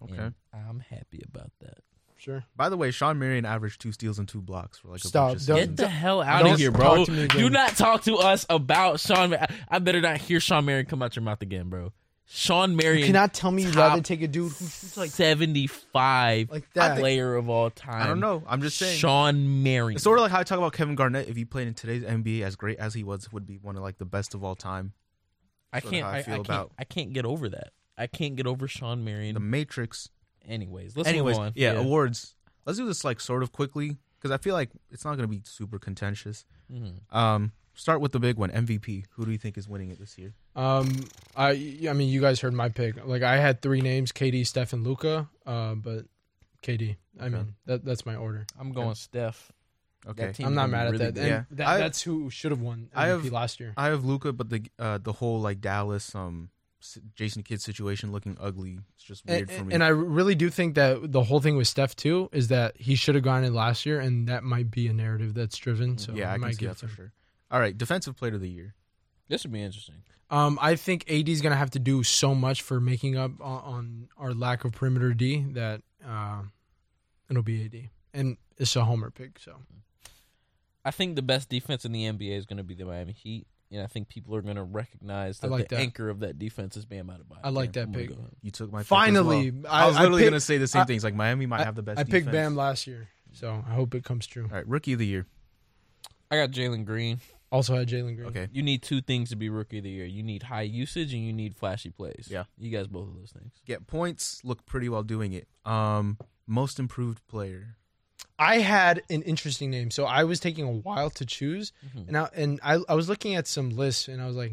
Speaker 8: okay.
Speaker 10: And I'm happy about that.
Speaker 11: Sure.
Speaker 8: By the way, Sean Marion averaged two steals and two blocks for like a
Speaker 11: Stop.
Speaker 8: bunch of
Speaker 11: Don't-
Speaker 8: seasons.
Speaker 10: Get the hell out
Speaker 11: don't
Speaker 10: of here,
Speaker 11: talk
Speaker 10: bro.
Speaker 11: to me again.
Speaker 10: Do not talk to us about Sean. Mar- I better not hear Sean Marion come out your mouth again, bro. Sean Marion.
Speaker 11: You cannot tell me you'd
Speaker 10: top
Speaker 11: rather take a
Speaker 10: [LAUGHS]
Speaker 11: dude who shoots like
Speaker 10: 75
Speaker 11: Like that.
Speaker 10: player of all time.
Speaker 8: I don't know. I'm just saying.
Speaker 10: Sean Marion.
Speaker 8: It's sort of like how I talk about Kevin Garnett. If he played in today's NBA as great as he was, would be one of like the best of all time.
Speaker 10: I
Speaker 8: sort of
Speaker 10: can't.
Speaker 8: how I
Speaker 10: I, I
Speaker 8: feel
Speaker 10: can't.
Speaker 8: about-
Speaker 10: I can't get over that. I can't get over Sean Marion.
Speaker 8: The Matrix.
Speaker 10: Anyways, let's
Speaker 8: Anyways,
Speaker 10: move on.
Speaker 8: yeah, awards. Let's do this like sort of quickly because I feel like it's not going to be super contentious.
Speaker 11: Mm-hmm.
Speaker 8: Um, start with the big one, MVP. Who do you think is winning it this year?
Speaker 11: Um, I I mean, you guys heard my pick. Like, I had three names: KD, Steph, and Luca. Uh, but KD. I mean, that that's my order.
Speaker 10: I'm going Steph.
Speaker 8: Okay,
Speaker 10: team-
Speaker 11: I'm
Speaker 10: gonna
Speaker 11: not
Speaker 10: be
Speaker 11: mad at
Speaker 10: really
Speaker 11: that.
Speaker 10: good.
Speaker 11: And
Speaker 8: Yeah.
Speaker 11: that
Speaker 8: I-
Speaker 11: that's who should have won MVP
Speaker 8: I have-
Speaker 11: last year.
Speaker 8: I have Luca, but the uh, the whole like Dallas um s- Jason Kidd situation looking ugly. It's just weird
Speaker 11: And,
Speaker 8: for me.
Speaker 11: and I really do think that the whole thing with Steph too is that he should have gone in last year, and that might be a narrative that's driven. So
Speaker 8: yeah, I
Speaker 11: might
Speaker 8: can see
Speaker 11: give
Speaker 8: that for
Speaker 11: him-
Speaker 8: sure. All right, defensive player of the year.
Speaker 10: This would be interesting.
Speaker 11: Um, I think AD is gonna have to do so much for making up on, on our lack of perimeter D that uh, it'll be AD, and it's a homer pick. So
Speaker 10: I think the best defense in the NBA is going to be the Miami Heat, and I think people are going to recognize
Speaker 11: I
Speaker 10: that
Speaker 11: like
Speaker 10: the
Speaker 11: that.
Speaker 10: anchor of that defense is Bam Adebayo.
Speaker 11: I like that
Speaker 10: I'm gonna
Speaker 11: pick.
Speaker 10: go him.
Speaker 8: You took my pick as
Speaker 11: Finally,
Speaker 8: well.
Speaker 11: I-
Speaker 8: I, was
Speaker 11: I
Speaker 8: literally
Speaker 11: pick-
Speaker 8: gonna say the same
Speaker 11: I-
Speaker 8: things. Like Miami might have the best.
Speaker 11: I picked
Speaker 8: defense.
Speaker 11: Bam last year, so I hope it comes true.
Speaker 8: All right, rookie of the year.
Speaker 10: I got Jalen Green.
Speaker 11: Also had Jalen Green.
Speaker 8: Okay,
Speaker 10: You need two things to be rookie of the year. You need high usage and you need flashy plays.
Speaker 8: Yeah.
Speaker 10: You guys both of those things.
Speaker 8: get points. Look pretty well doing it. Um, most improved player.
Speaker 11: I had an interesting name, so I was taking a while to choose, and I and I, I was looking at some lists, and I was like,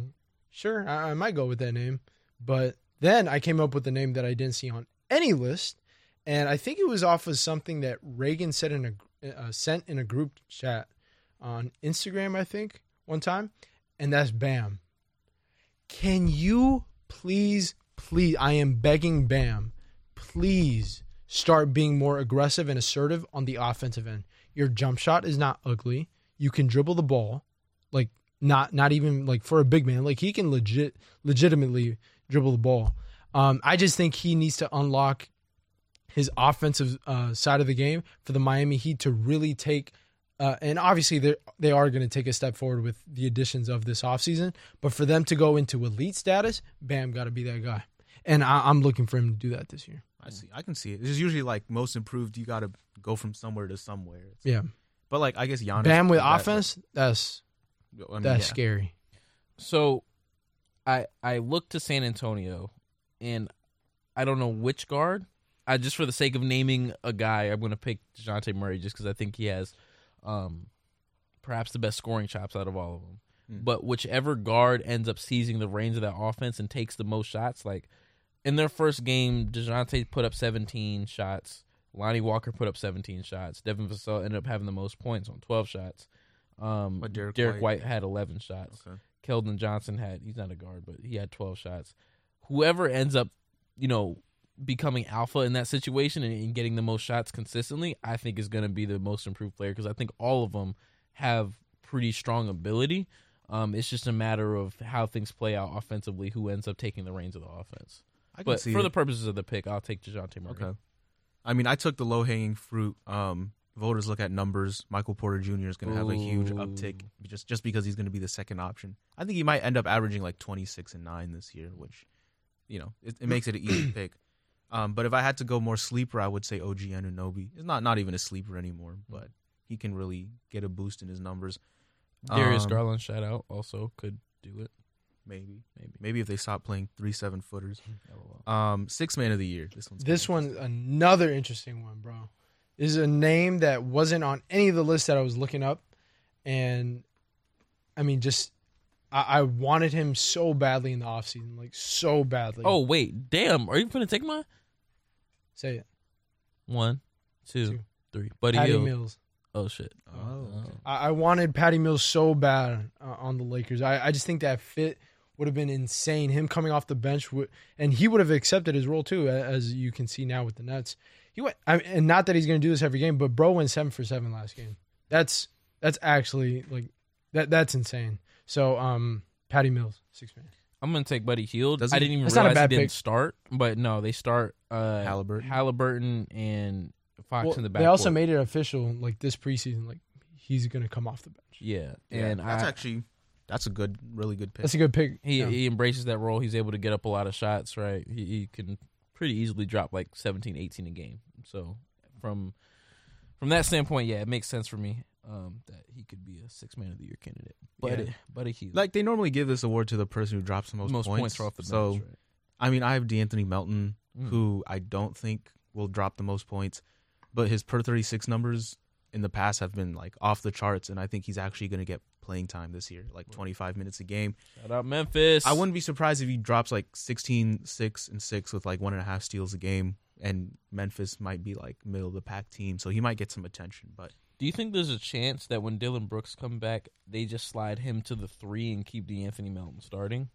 Speaker 11: sure, I, I might go with that name, but then I came up with a name that I didn't see on any list, and I think it was off of something that Reagan said in a uh, sent in a group chat on Instagram, I think, one time, and that's Bam. Can you please, please? I am begging Bam, please start being more aggressive and assertive on the offensive end. Your jump shot is not ugly. You can dribble the ball, like not not even like for a big man, like he can legit legitimately dribble the ball. Um, I just think he needs to unlock his offensive uh, side of the game for the Miami Heat to really take. Uh, and obviously, they they are going to take a step forward with the additions of this offseason. But for them to go into elite status, Bam got to be that guy. And I, I'm looking for him to do that this year.
Speaker 8: I see. I can see it. It's usually like most improved. You got to go from somewhere to somewhere. It's-
Speaker 11: Yeah.
Speaker 8: But like I guess Giannis.
Speaker 11: Bam with
Speaker 8: that-
Speaker 11: offense, that's
Speaker 8: I mean,
Speaker 11: that's
Speaker 8: yeah.
Speaker 11: scary.
Speaker 10: So I I looked to San Antonio and I don't know which guard. I just for the sake of naming a guy, I'm gonna pick DeJounte Murray just because I think he has um perhaps the best scoring chops out of all of them.
Speaker 8: Hmm.
Speaker 10: But whichever guard ends up seizing the reins of that offense and takes the most shots, like in their first game, DeJounte put up 17 shots. Lonnie Walker put up 17 shots. Devin Vassell ended up having the most points on 12 shots. Um,
Speaker 8: But
Speaker 10: Derek,
Speaker 8: Derrick
Speaker 10: White.
Speaker 8: White-
Speaker 10: had 11 shots.
Speaker 8: Okay.
Speaker 10: Keldon Johnson had he's not a guard, but he had 12 shots. Whoever ends up, you know, becoming alpha in that situation and, and getting the most shots consistently, I think is going to be the most improved player because I think all of them have pretty strong ability. Um, it's just a matter of how things play out offensively, who ends up taking the reins of the offense.
Speaker 8: I can
Speaker 10: But
Speaker 8: see
Speaker 10: for
Speaker 8: it.
Speaker 10: the purposes of the pick, I'll take DeJounte Murray.
Speaker 8: Okay. I mean, I took the low hanging fruit. Um, voters look at numbers. Michael Porter Jr. is going to have a huge
Speaker 10: Ooh.
Speaker 8: uptick just just because he's going to be the second option. I think he might end up averaging like twenty six and nine this year, which you know it, it makes it an
Speaker 10: [CLEARS THROAT]
Speaker 8: easy pick. Um, but if I had to go more sleeper, I would say OG Anunoby. It's not not even a sleeper anymore,
Speaker 10: Mm.
Speaker 8: but he can really get a boost in his numbers.
Speaker 10: Darius
Speaker 8: Um,
Speaker 10: Garland shout out also could do it.
Speaker 8: Maybe,
Speaker 10: Maybe.
Speaker 8: maybe if they stop playing three seven footers.
Speaker 10: [LAUGHS]
Speaker 8: Um, six man of the year. This one's
Speaker 11: This
Speaker 8: kinda
Speaker 11: one, another interesting one, bro. This is a name that wasn't on any of the lists that I was looking up, and I mean, just I, I wanted him so badly in the offseason, like so badly.
Speaker 10: Oh wait, damn! Are you gonna take mine?
Speaker 11: say it,
Speaker 10: One, two, three.
Speaker 11: Two.
Speaker 10: Buddy
Speaker 11: Patty
Speaker 10: Hield.
Speaker 11: Mills.
Speaker 10: Oh shit.
Speaker 8: Oh, okay.
Speaker 11: I, I wanted Patty Mills so bad uh, on the Lakers. I, I just think that fit would have been insane. Him coming off the bench would, and he would have accepted his role too, a- as you can see now with the Nets. He went, I mean, and not that he's going to do this every game, but Bro went seven for seven last game. That's that's actually like that that's insane. So um, Patty Mills six man.
Speaker 10: I'm gonna take Buddy Heald.
Speaker 8: Does
Speaker 10: I
Speaker 8: he-
Speaker 10: didn't even
Speaker 11: That's not a
Speaker 10: realize he
Speaker 11: bad
Speaker 10: didn't
Speaker 11: pick.
Speaker 10: start, but no, they start uh,
Speaker 8: Halliburton.
Speaker 10: Halliburton and Fox in the back.
Speaker 11: they also made it official like this preseason, like he's going to come off the bench.
Speaker 10: yeah,
Speaker 8: Yeah,
Speaker 10: and
Speaker 8: that's
Speaker 10: I,
Speaker 8: actually that's a good, really good pick.
Speaker 11: That's a good pick.
Speaker 10: he
Speaker 11: Yeah.
Speaker 10: he embraces that role. He's able to get up a lot of shots. Right, he, he can pretty easily drop like 17, 18 a game. So from from that standpoint, yeah, it makes sense for me um, that he could be a six man of the year candidate. But
Speaker 8: Yeah.
Speaker 10: Buddy Heald,
Speaker 8: like they normally give this award to the person who drops the most,
Speaker 10: most
Speaker 8: points.
Speaker 10: points, are off the bench.
Speaker 8: so
Speaker 10: right? Hmm.
Speaker 8: I mean, I have D'Anthony Melton, who I don't think will drop the most points, but his per thirty six numbers in the past have been like off the charts, and I think he's actually going to get playing time this year, like twenty five minutes a game.
Speaker 10: Shout out Memphis.
Speaker 8: I wouldn't be surprised if he drops like 16, 6, and 6 with like one and a half steals a game. And Memphis might be like middle of the pack team, so he might get some attention. But
Speaker 10: Do you think there's a chance that when Dylan Brooks come back, they just slide him to the three and keep the Anthony Melton starting?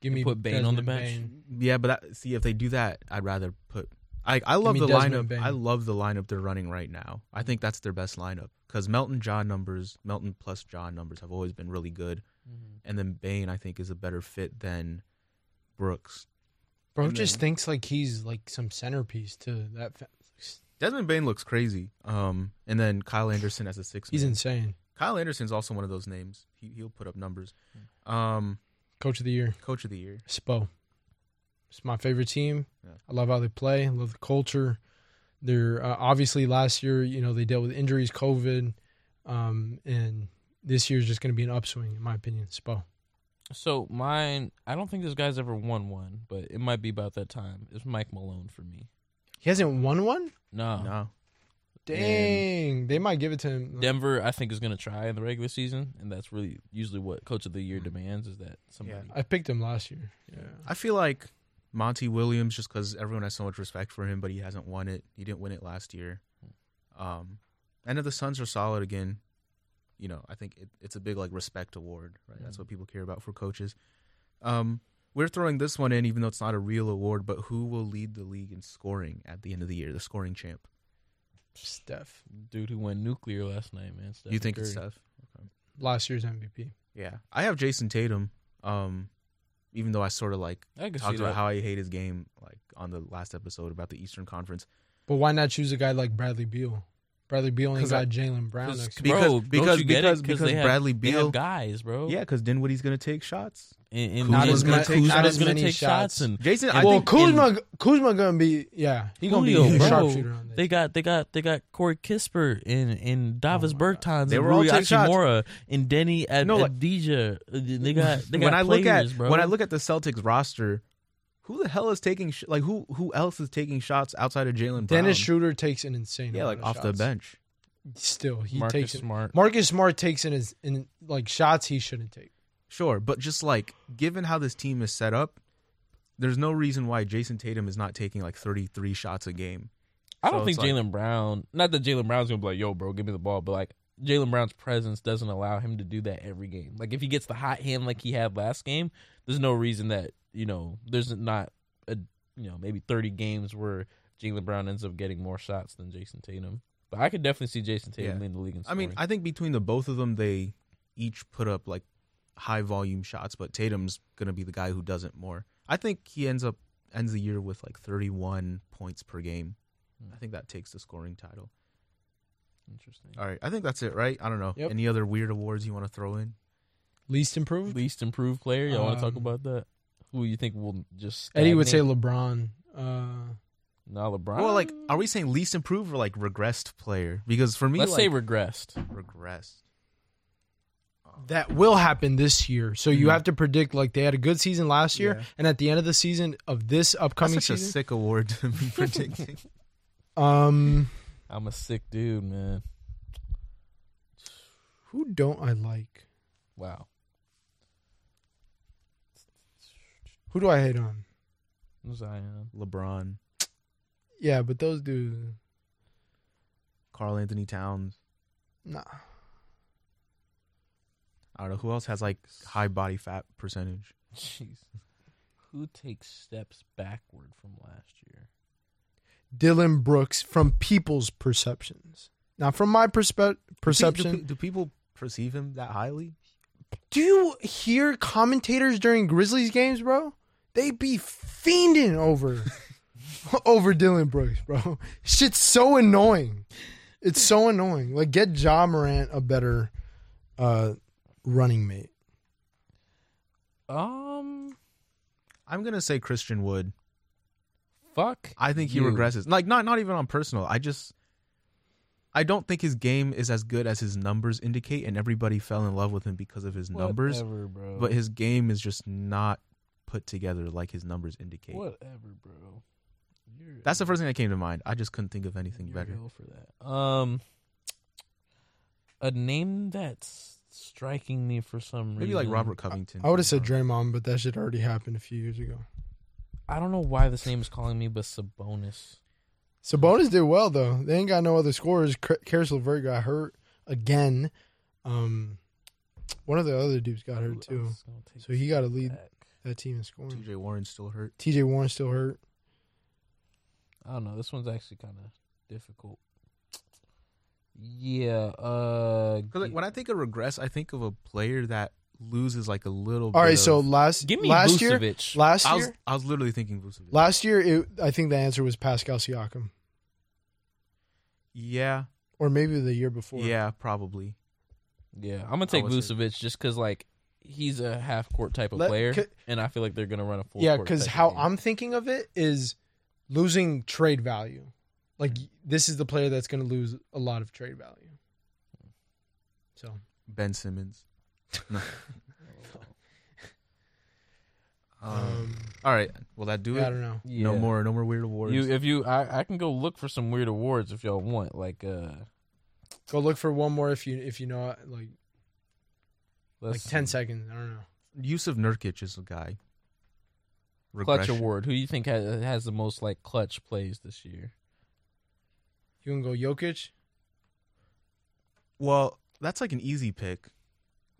Speaker 11: Give
Speaker 10: and
Speaker 11: me
Speaker 10: put Bane on the
Speaker 11: Desmond
Speaker 10: bench.
Speaker 11: Bane.
Speaker 8: Yeah, but that, see, if they do that, I'd rather put. I I love
Speaker 11: me
Speaker 8: the
Speaker 11: Desmond
Speaker 8: lineup.
Speaker 11: Bane.
Speaker 8: I love the lineup they're running right now. I think that's their best lineup because Melton John numbers, Melton plus John numbers have always been really good,
Speaker 11: Mm-hmm.
Speaker 8: and then Bain I think is a better fit than Brooks.
Speaker 11: Bro just thinks like he's like some centerpiece to that. Fa-
Speaker 8: Desmond Bain looks crazy. Um, and then Kyle Anderson as a six.
Speaker 11: he's
Speaker 8: man.
Speaker 11: insane.
Speaker 8: Kyle Anderson's also one of those names. He he'll put up numbers. Um,
Speaker 11: Coach of the year,
Speaker 8: coach of the year.
Speaker 11: Spo. It's my favorite team.
Speaker 8: Yeah.
Speaker 11: I love how they play. I love the culture. They're uh, obviously last year, you know, they dealt with injuries, COVID, um, and this year's just going to be an upswing, in my opinion. Spo.
Speaker 10: So mine, I don't think this guy's ever won one, but it might be about that time. It's Mike Malone for me.
Speaker 11: He hasn't won one.
Speaker 10: No,
Speaker 8: No,
Speaker 10: And
Speaker 11: Dang, they might give it to him.
Speaker 10: Denver, I think, is going to try in the regular season, and that's really usually what Coach of the Year demands is that somebody.
Speaker 11: I picked him last year. Yeah.
Speaker 8: I feel like Monty Williams, just because everyone has so much respect for him, but he hasn't won it. He didn't win it last year. Um, and if the Suns are solid again, you know, I think it, it's a big like respect award, right?
Speaker 10: Mm-hmm.
Speaker 8: That's what people care about for coaches. Um, we're throwing this one in, even though it's not a real award, but who will lead the league in scoring at the end of the year? The scoring champ.
Speaker 11: Steph,
Speaker 10: Dude who went nuclear last night, man. Stephen
Speaker 8: you think
Speaker 10: Curry.
Speaker 8: it's Steph?
Speaker 11: last year's MVP.
Speaker 8: Yeah, I have Jason Tatum. Um, even though I sort of like
Speaker 10: I can see
Speaker 8: talked
Speaker 10: that.
Speaker 8: about how I hate his game, like on the last episode about the Eastern Conference.
Speaker 11: But why not choose a guy like Bradley Beal? Bradley Beal ain't
Speaker 8: 'Cause I-
Speaker 11: got Jalen Brown
Speaker 10: 'Cause-
Speaker 11: next.
Speaker 10: bro,
Speaker 8: Because-
Speaker 10: don't
Speaker 8: because-
Speaker 10: you get
Speaker 8: because-
Speaker 10: it?
Speaker 8: because
Speaker 10: they have-
Speaker 8: Bradley
Speaker 10: they have
Speaker 8: Beal-
Speaker 10: guys, bro.
Speaker 8: Yeah, because Dinwiddie's gonna take shots.
Speaker 10: and, and
Speaker 8: Kuzma's
Speaker 10: not as
Speaker 8: gonna
Speaker 10: much-
Speaker 8: take-
Speaker 10: Kuzma's
Speaker 8: not as
Speaker 10: gonna
Speaker 11: many
Speaker 10: take shots.
Speaker 11: shots.
Speaker 10: and
Speaker 8: Jason, I
Speaker 10: and-
Speaker 11: well,
Speaker 8: think
Speaker 11: Kuzma, Kuzma gonna be yeah, he gonna
Speaker 10: Julio,
Speaker 11: be a
Speaker 10: bro.
Speaker 11: sharpshooter on this.
Speaker 10: They got they got they got Corey Kisper and and Davis Bertans
Speaker 8: Oh They
Speaker 10: and
Speaker 8: were all
Speaker 10: Rui
Speaker 8: taking shots.
Speaker 10: Hachimura and Denny Ad-
Speaker 8: No, like-
Speaker 10: Adija. They got they got
Speaker 8: when I look
Speaker 10: players,
Speaker 8: at
Speaker 10: bro.
Speaker 8: when I look at the Celtics roster, who the hell is taking sh- like who who else is taking shots outside of Jalen Brown?
Speaker 11: Dennis Schroeder takes an insane.
Speaker 8: yeah, like
Speaker 11: amount of
Speaker 8: off the
Speaker 11: shots.
Speaker 8: bench.
Speaker 11: Still, he
Speaker 10: Marcus
Speaker 11: takes
Speaker 10: Smart.
Speaker 11: Marcus Smart takes in his in like shots he shouldn't take.
Speaker 8: Sure, but just like given how this team is set up, there's no reason why Jason Tatum is not taking like 33 shots a game.
Speaker 10: I don't
Speaker 8: So
Speaker 10: think
Speaker 8: it's
Speaker 10: Jalen Brown. Not that Jalen Brown's gonna be like, "Yo, bro, give me the ball," but like Jalen Brown's presence doesn't allow him to do that every game. Like if he gets the hot hand like he had last game, there's no reason that you know there's not a you know maybe 30 games where Jalen Brown ends up getting more shots than Jason Tatum. But I could definitely see Jason Tatum
Speaker 8: Yeah.
Speaker 10: leading the league in
Speaker 8: I
Speaker 10: scoring.
Speaker 8: mean, I think between the both of them, they each put up like high volume shots, but Tatum's gonna be the guy who does it more. I think he ends up ends the year with like 31 points per game. I think that takes the scoring title.
Speaker 10: Hmm. interesting.
Speaker 8: All right, I think that's it, right? I don't know.
Speaker 11: Yep.
Speaker 8: Any other weird awards you want to throw in?
Speaker 11: Least
Speaker 8: Mm-hmm.
Speaker 11: improved.
Speaker 10: Least improved player. Y'all want to talk
Speaker 11: Um,
Speaker 10: about that? Who you think will just?
Speaker 11: Eddie would say
Speaker 10: stagnate?
Speaker 11: LeBron. Uh,
Speaker 10: Nah, LeBron.
Speaker 8: Well, like, are we saying least improved or like regressed player? Because for me,
Speaker 10: let's
Speaker 8: like,
Speaker 10: say regressed.
Speaker 8: regressed.
Speaker 11: that will happen this year. So
Speaker 8: Mm-hmm.
Speaker 11: you have to predict like they had a good season last year, and at the end of the season of this upcoming
Speaker 8: that's such a
Speaker 11: season,
Speaker 8: sick award
Speaker 10: [LAUGHS]
Speaker 8: to be predicting.
Speaker 11: um,
Speaker 10: I'm a sick dude, man.
Speaker 11: who don't I like?
Speaker 10: Wow.
Speaker 11: Who do I hate on?
Speaker 10: Zion. [LAUGHS]
Speaker 8: LeBron,
Speaker 11: Yeah, but those dudes,
Speaker 8: Carl Anthony Towns.
Speaker 11: nah.
Speaker 8: I don't know who else has like high body fat percentage.
Speaker 10: Jeez. Who takes steps backward from last year?
Speaker 11: Dylan Brooks from people's perceptions. Now, from my perspe-
Speaker 8: Do, pe-
Speaker 11: perception,
Speaker 8: do people perceive him that highly?
Speaker 11: do you hear commentators during Grizzlies games, bro? They be fiending over [LAUGHS] over Dylan Brooks, bro. Shit's so annoying. It's so annoying. Like, get Ja Morant a better uh, running mate.
Speaker 10: Um,
Speaker 8: I'm gonna say Christian Wood.
Speaker 10: fuck.
Speaker 8: I think he
Speaker 10: you.
Speaker 8: regresses. Like not not even on personal. I just I don't think his game is as good as his numbers indicate, and everybody fell in love with him because of his numbers.
Speaker 10: Whatever, bro.
Speaker 8: But his game is just not put together like his numbers indicate.
Speaker 10: Whatever, bro. You're
Speaker 8: That's the first thing that came to mind. I just couldn't think of anything
Speaker 10: You're
Speaker 8: better.
Speaker 10: ill for that. Um, a name that's striking me for some reason.
Speaker 8: Maybe like Robert Covington.
Speaker 11: I would have said Draymond, but that shit already happened a few years ago.
Speaker 10: I don't know why this name is calling me, but Sabonis.
Speaker 11: Sabonis did well though. They ain't got no other scorers. Kar- Karis LeVert got hurt again. Um, one of the other dudes got hurt too. So he got to lead that team in scoring.
Speaker 8: TJ Warren's still hurt.
Speaker 11: TJ Warren still hurt.
Speaker 10: I don't know. This one's actually kind of difficult. Yeah. Uh.
Speaker 8: Because like, when I think of regress, I think of a player that loses like a little.
Speaker 11: All
Speaker 8: bit
Speaker 11: right,
Speaker 8: of-
Speaker 11: so last
Speaker 10: Give me
Speaker 11: last
Speaker 10: Vucevic.
Speaker 11: year, last
Speaker 8: I
Speaker 11: year,
Speaker 8: was I was literally thinking Vucevic.
Speaker 11: last year, it, I think the answer was Pascal Siakam,
Speaker 8: yeah,
Speaker 11: or maybe the year before.
Speaker 8: yeah, probably.
Speaker 10: yeah, I'm gonna take
Speaker 8: would say-
Speaker 10: Vucevic just because like he's a half court type of
Speaker 11: Let-
Speaker 10: player,
Speaker 11: ca-
Speaker 10: and I feel like they're gonna run a full.
Speaker 11: yeah.
Speaker 10: court
Speaker 11: Because
Speaker 10: type of
Speaker 11: how
Speaker 10: game.
Speaker 11: I'm thinking of it is losing trade value. Like this is the player that's going to lose a lot of trade value. So [LAUGHS]
Speaker 8: [LAUGHS] Ben Simmons. No.
Speaker 11: Um,
Speaker 8: All right. Will that do
Speaker 11: yeah, I
Speaker 8: it?
Speaker 11: don't know.
Speaker 8: No more. No more weird awards.
Speaker 10: You, if you, I, I can go look for some weird awards if y'all want. Like, uh,
Speaker 11: Go look for one more if you if you know it, like
Speaker 10: let's
Speaker 11: like ten seconds. I don't know.
Speaker 8: Yusuf Nurkic is a guy.
Speaker 10: clutch
Speaker 8: Regression.
Speaker 10: award. Who do you think has, has the most like clutch plays this year?
Speaker 11: You can go Jokic.
Speaker 8: Well, that's like an easy pick.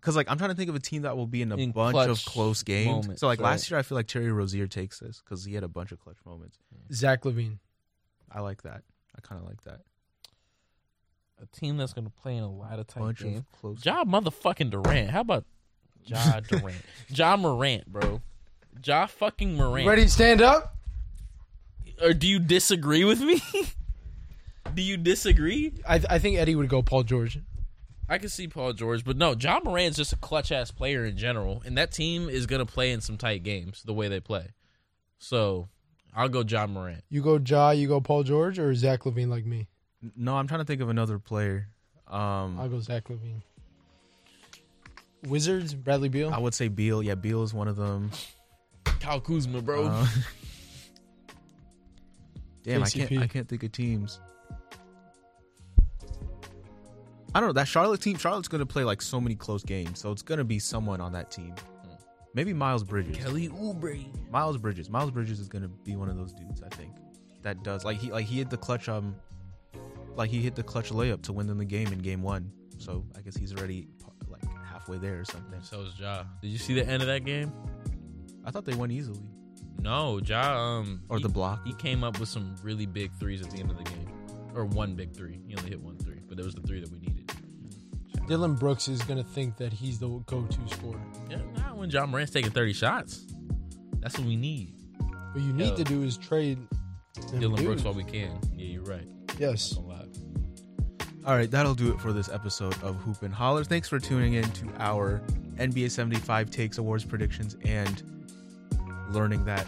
Speaker 8: Cause like I'm trying to think of a team that will be in a
Speaker 10: In
Speaker 8: bunch
Speaker 10: clutch
Speaker 8: of close games.
Speaker 10: moments,
Speaker 8: so like last
Speaker 10: right.
Speaker 8: year, I feel like Terry Rozier takes this because he had a bunch of clutch moments.
Speaker 11: Zach Levine.
Speaker 8: I like that. I kind of like that.
Speaker 10: A team that's gonna play in a lot of tight
Speaker 8: bunch
Speaker 10: games.
Speaker 8: of close.
Speaker 10: Ja motherfucking Durant. How about Ja Durant? ja Morant, bro. Ja fucking Morant.
Speaker 11: Ready to stand up?
Speaker 10: Or do you disagree with me? [LAUGHS] do you disagree?
Speaker 11: I I think Eddie would go Paul George.
Speaker 10: I can see Paul George, but no, John Moran's just a clutch ass player in general, and that team is gonna play in some tight games the way they play. So I'll go John Moran.
Speaker 11: You go Ja. You go Paul George or Zach Levine like me.
Speaker 8: No, I'm trying to think of another player.
Speaker 11: I'll
Speaker 8: Um,
Speaker 11: go Zach Levine. Wizards. Bradley Beal.
Speaker 8: I would say Beal. Yeah, Beal is one of them.
Speaker 10: Kyle Kuzma, bro.
Speaker 8: Uh, damn, I can't.
Speaker 11: KCP.
Speaker 8: I can't think of teams. I don't know that Charlotte team. Charlotte's gonna play like so many close games, so it's gonna be someone on that team. Maybe Miles Bridges.
Speaker 10: Kelly Oubre.
Speaker 8: Miles Bridges. Miles Bridges is gonna be one of those dudes. I think that does like he like he hit the clutch um like he hit the clutch layup to win them the game in game one. So I guess he's already like halfway there or something.
Speaker 10: So is Ja. Did you see the end of that game?
Speaker 8: I thought they won easily
Speaker 10: No, Ja. Um,
Speaker 8: or
Speaker 10: he-
Speaker 8: the block.
Speaker 10: He came up with some really big threes at the end of the game, or one big three. He only hit one three, but it was the three that we needed.
Speaker 11: Dylan Brooks is gonna think that he's the go-to scorer.
Speaker 10: Yeah, not when John Morant's taking thirty shots. That's what we need.
Speaker 11: What you need
Speaker 10: Yo.
Speaker 11: to do is trade. them
Speaker 10: Dylan Brooks
Speaker 11: dudes.
Speaker 10: while we can. Yeah, you're right.
Speaker 11: Yes.
Speaker 10: Don't lie.
Speaker 8: All right, that'll do it for this episode of Hoop and Holler. Thanks for tuning in to our NBA 75 takes, awards predictions, and learning that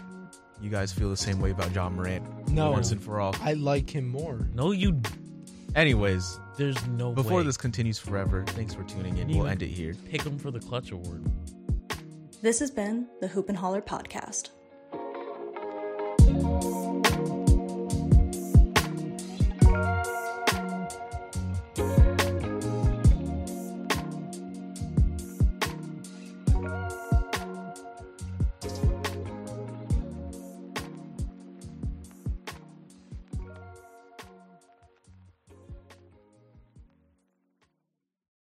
Speaker 8: you guys feel the same way about John Morant
Speaker 11: No.
Speaker 8: once and for all.
Speaker 11: I like him more.
Speaker 10: No, you.
Speaker 8: Anyways,
Speaker 10: There's no
Speaker 8: before
Speaker 10: way.
Speaker 8: this continues forever, thanks for tuning in. We'll end it here.
Speaker 10: Pick him for the clutch award.
Speaker 2: This has been the Hoop and Holler Podcast.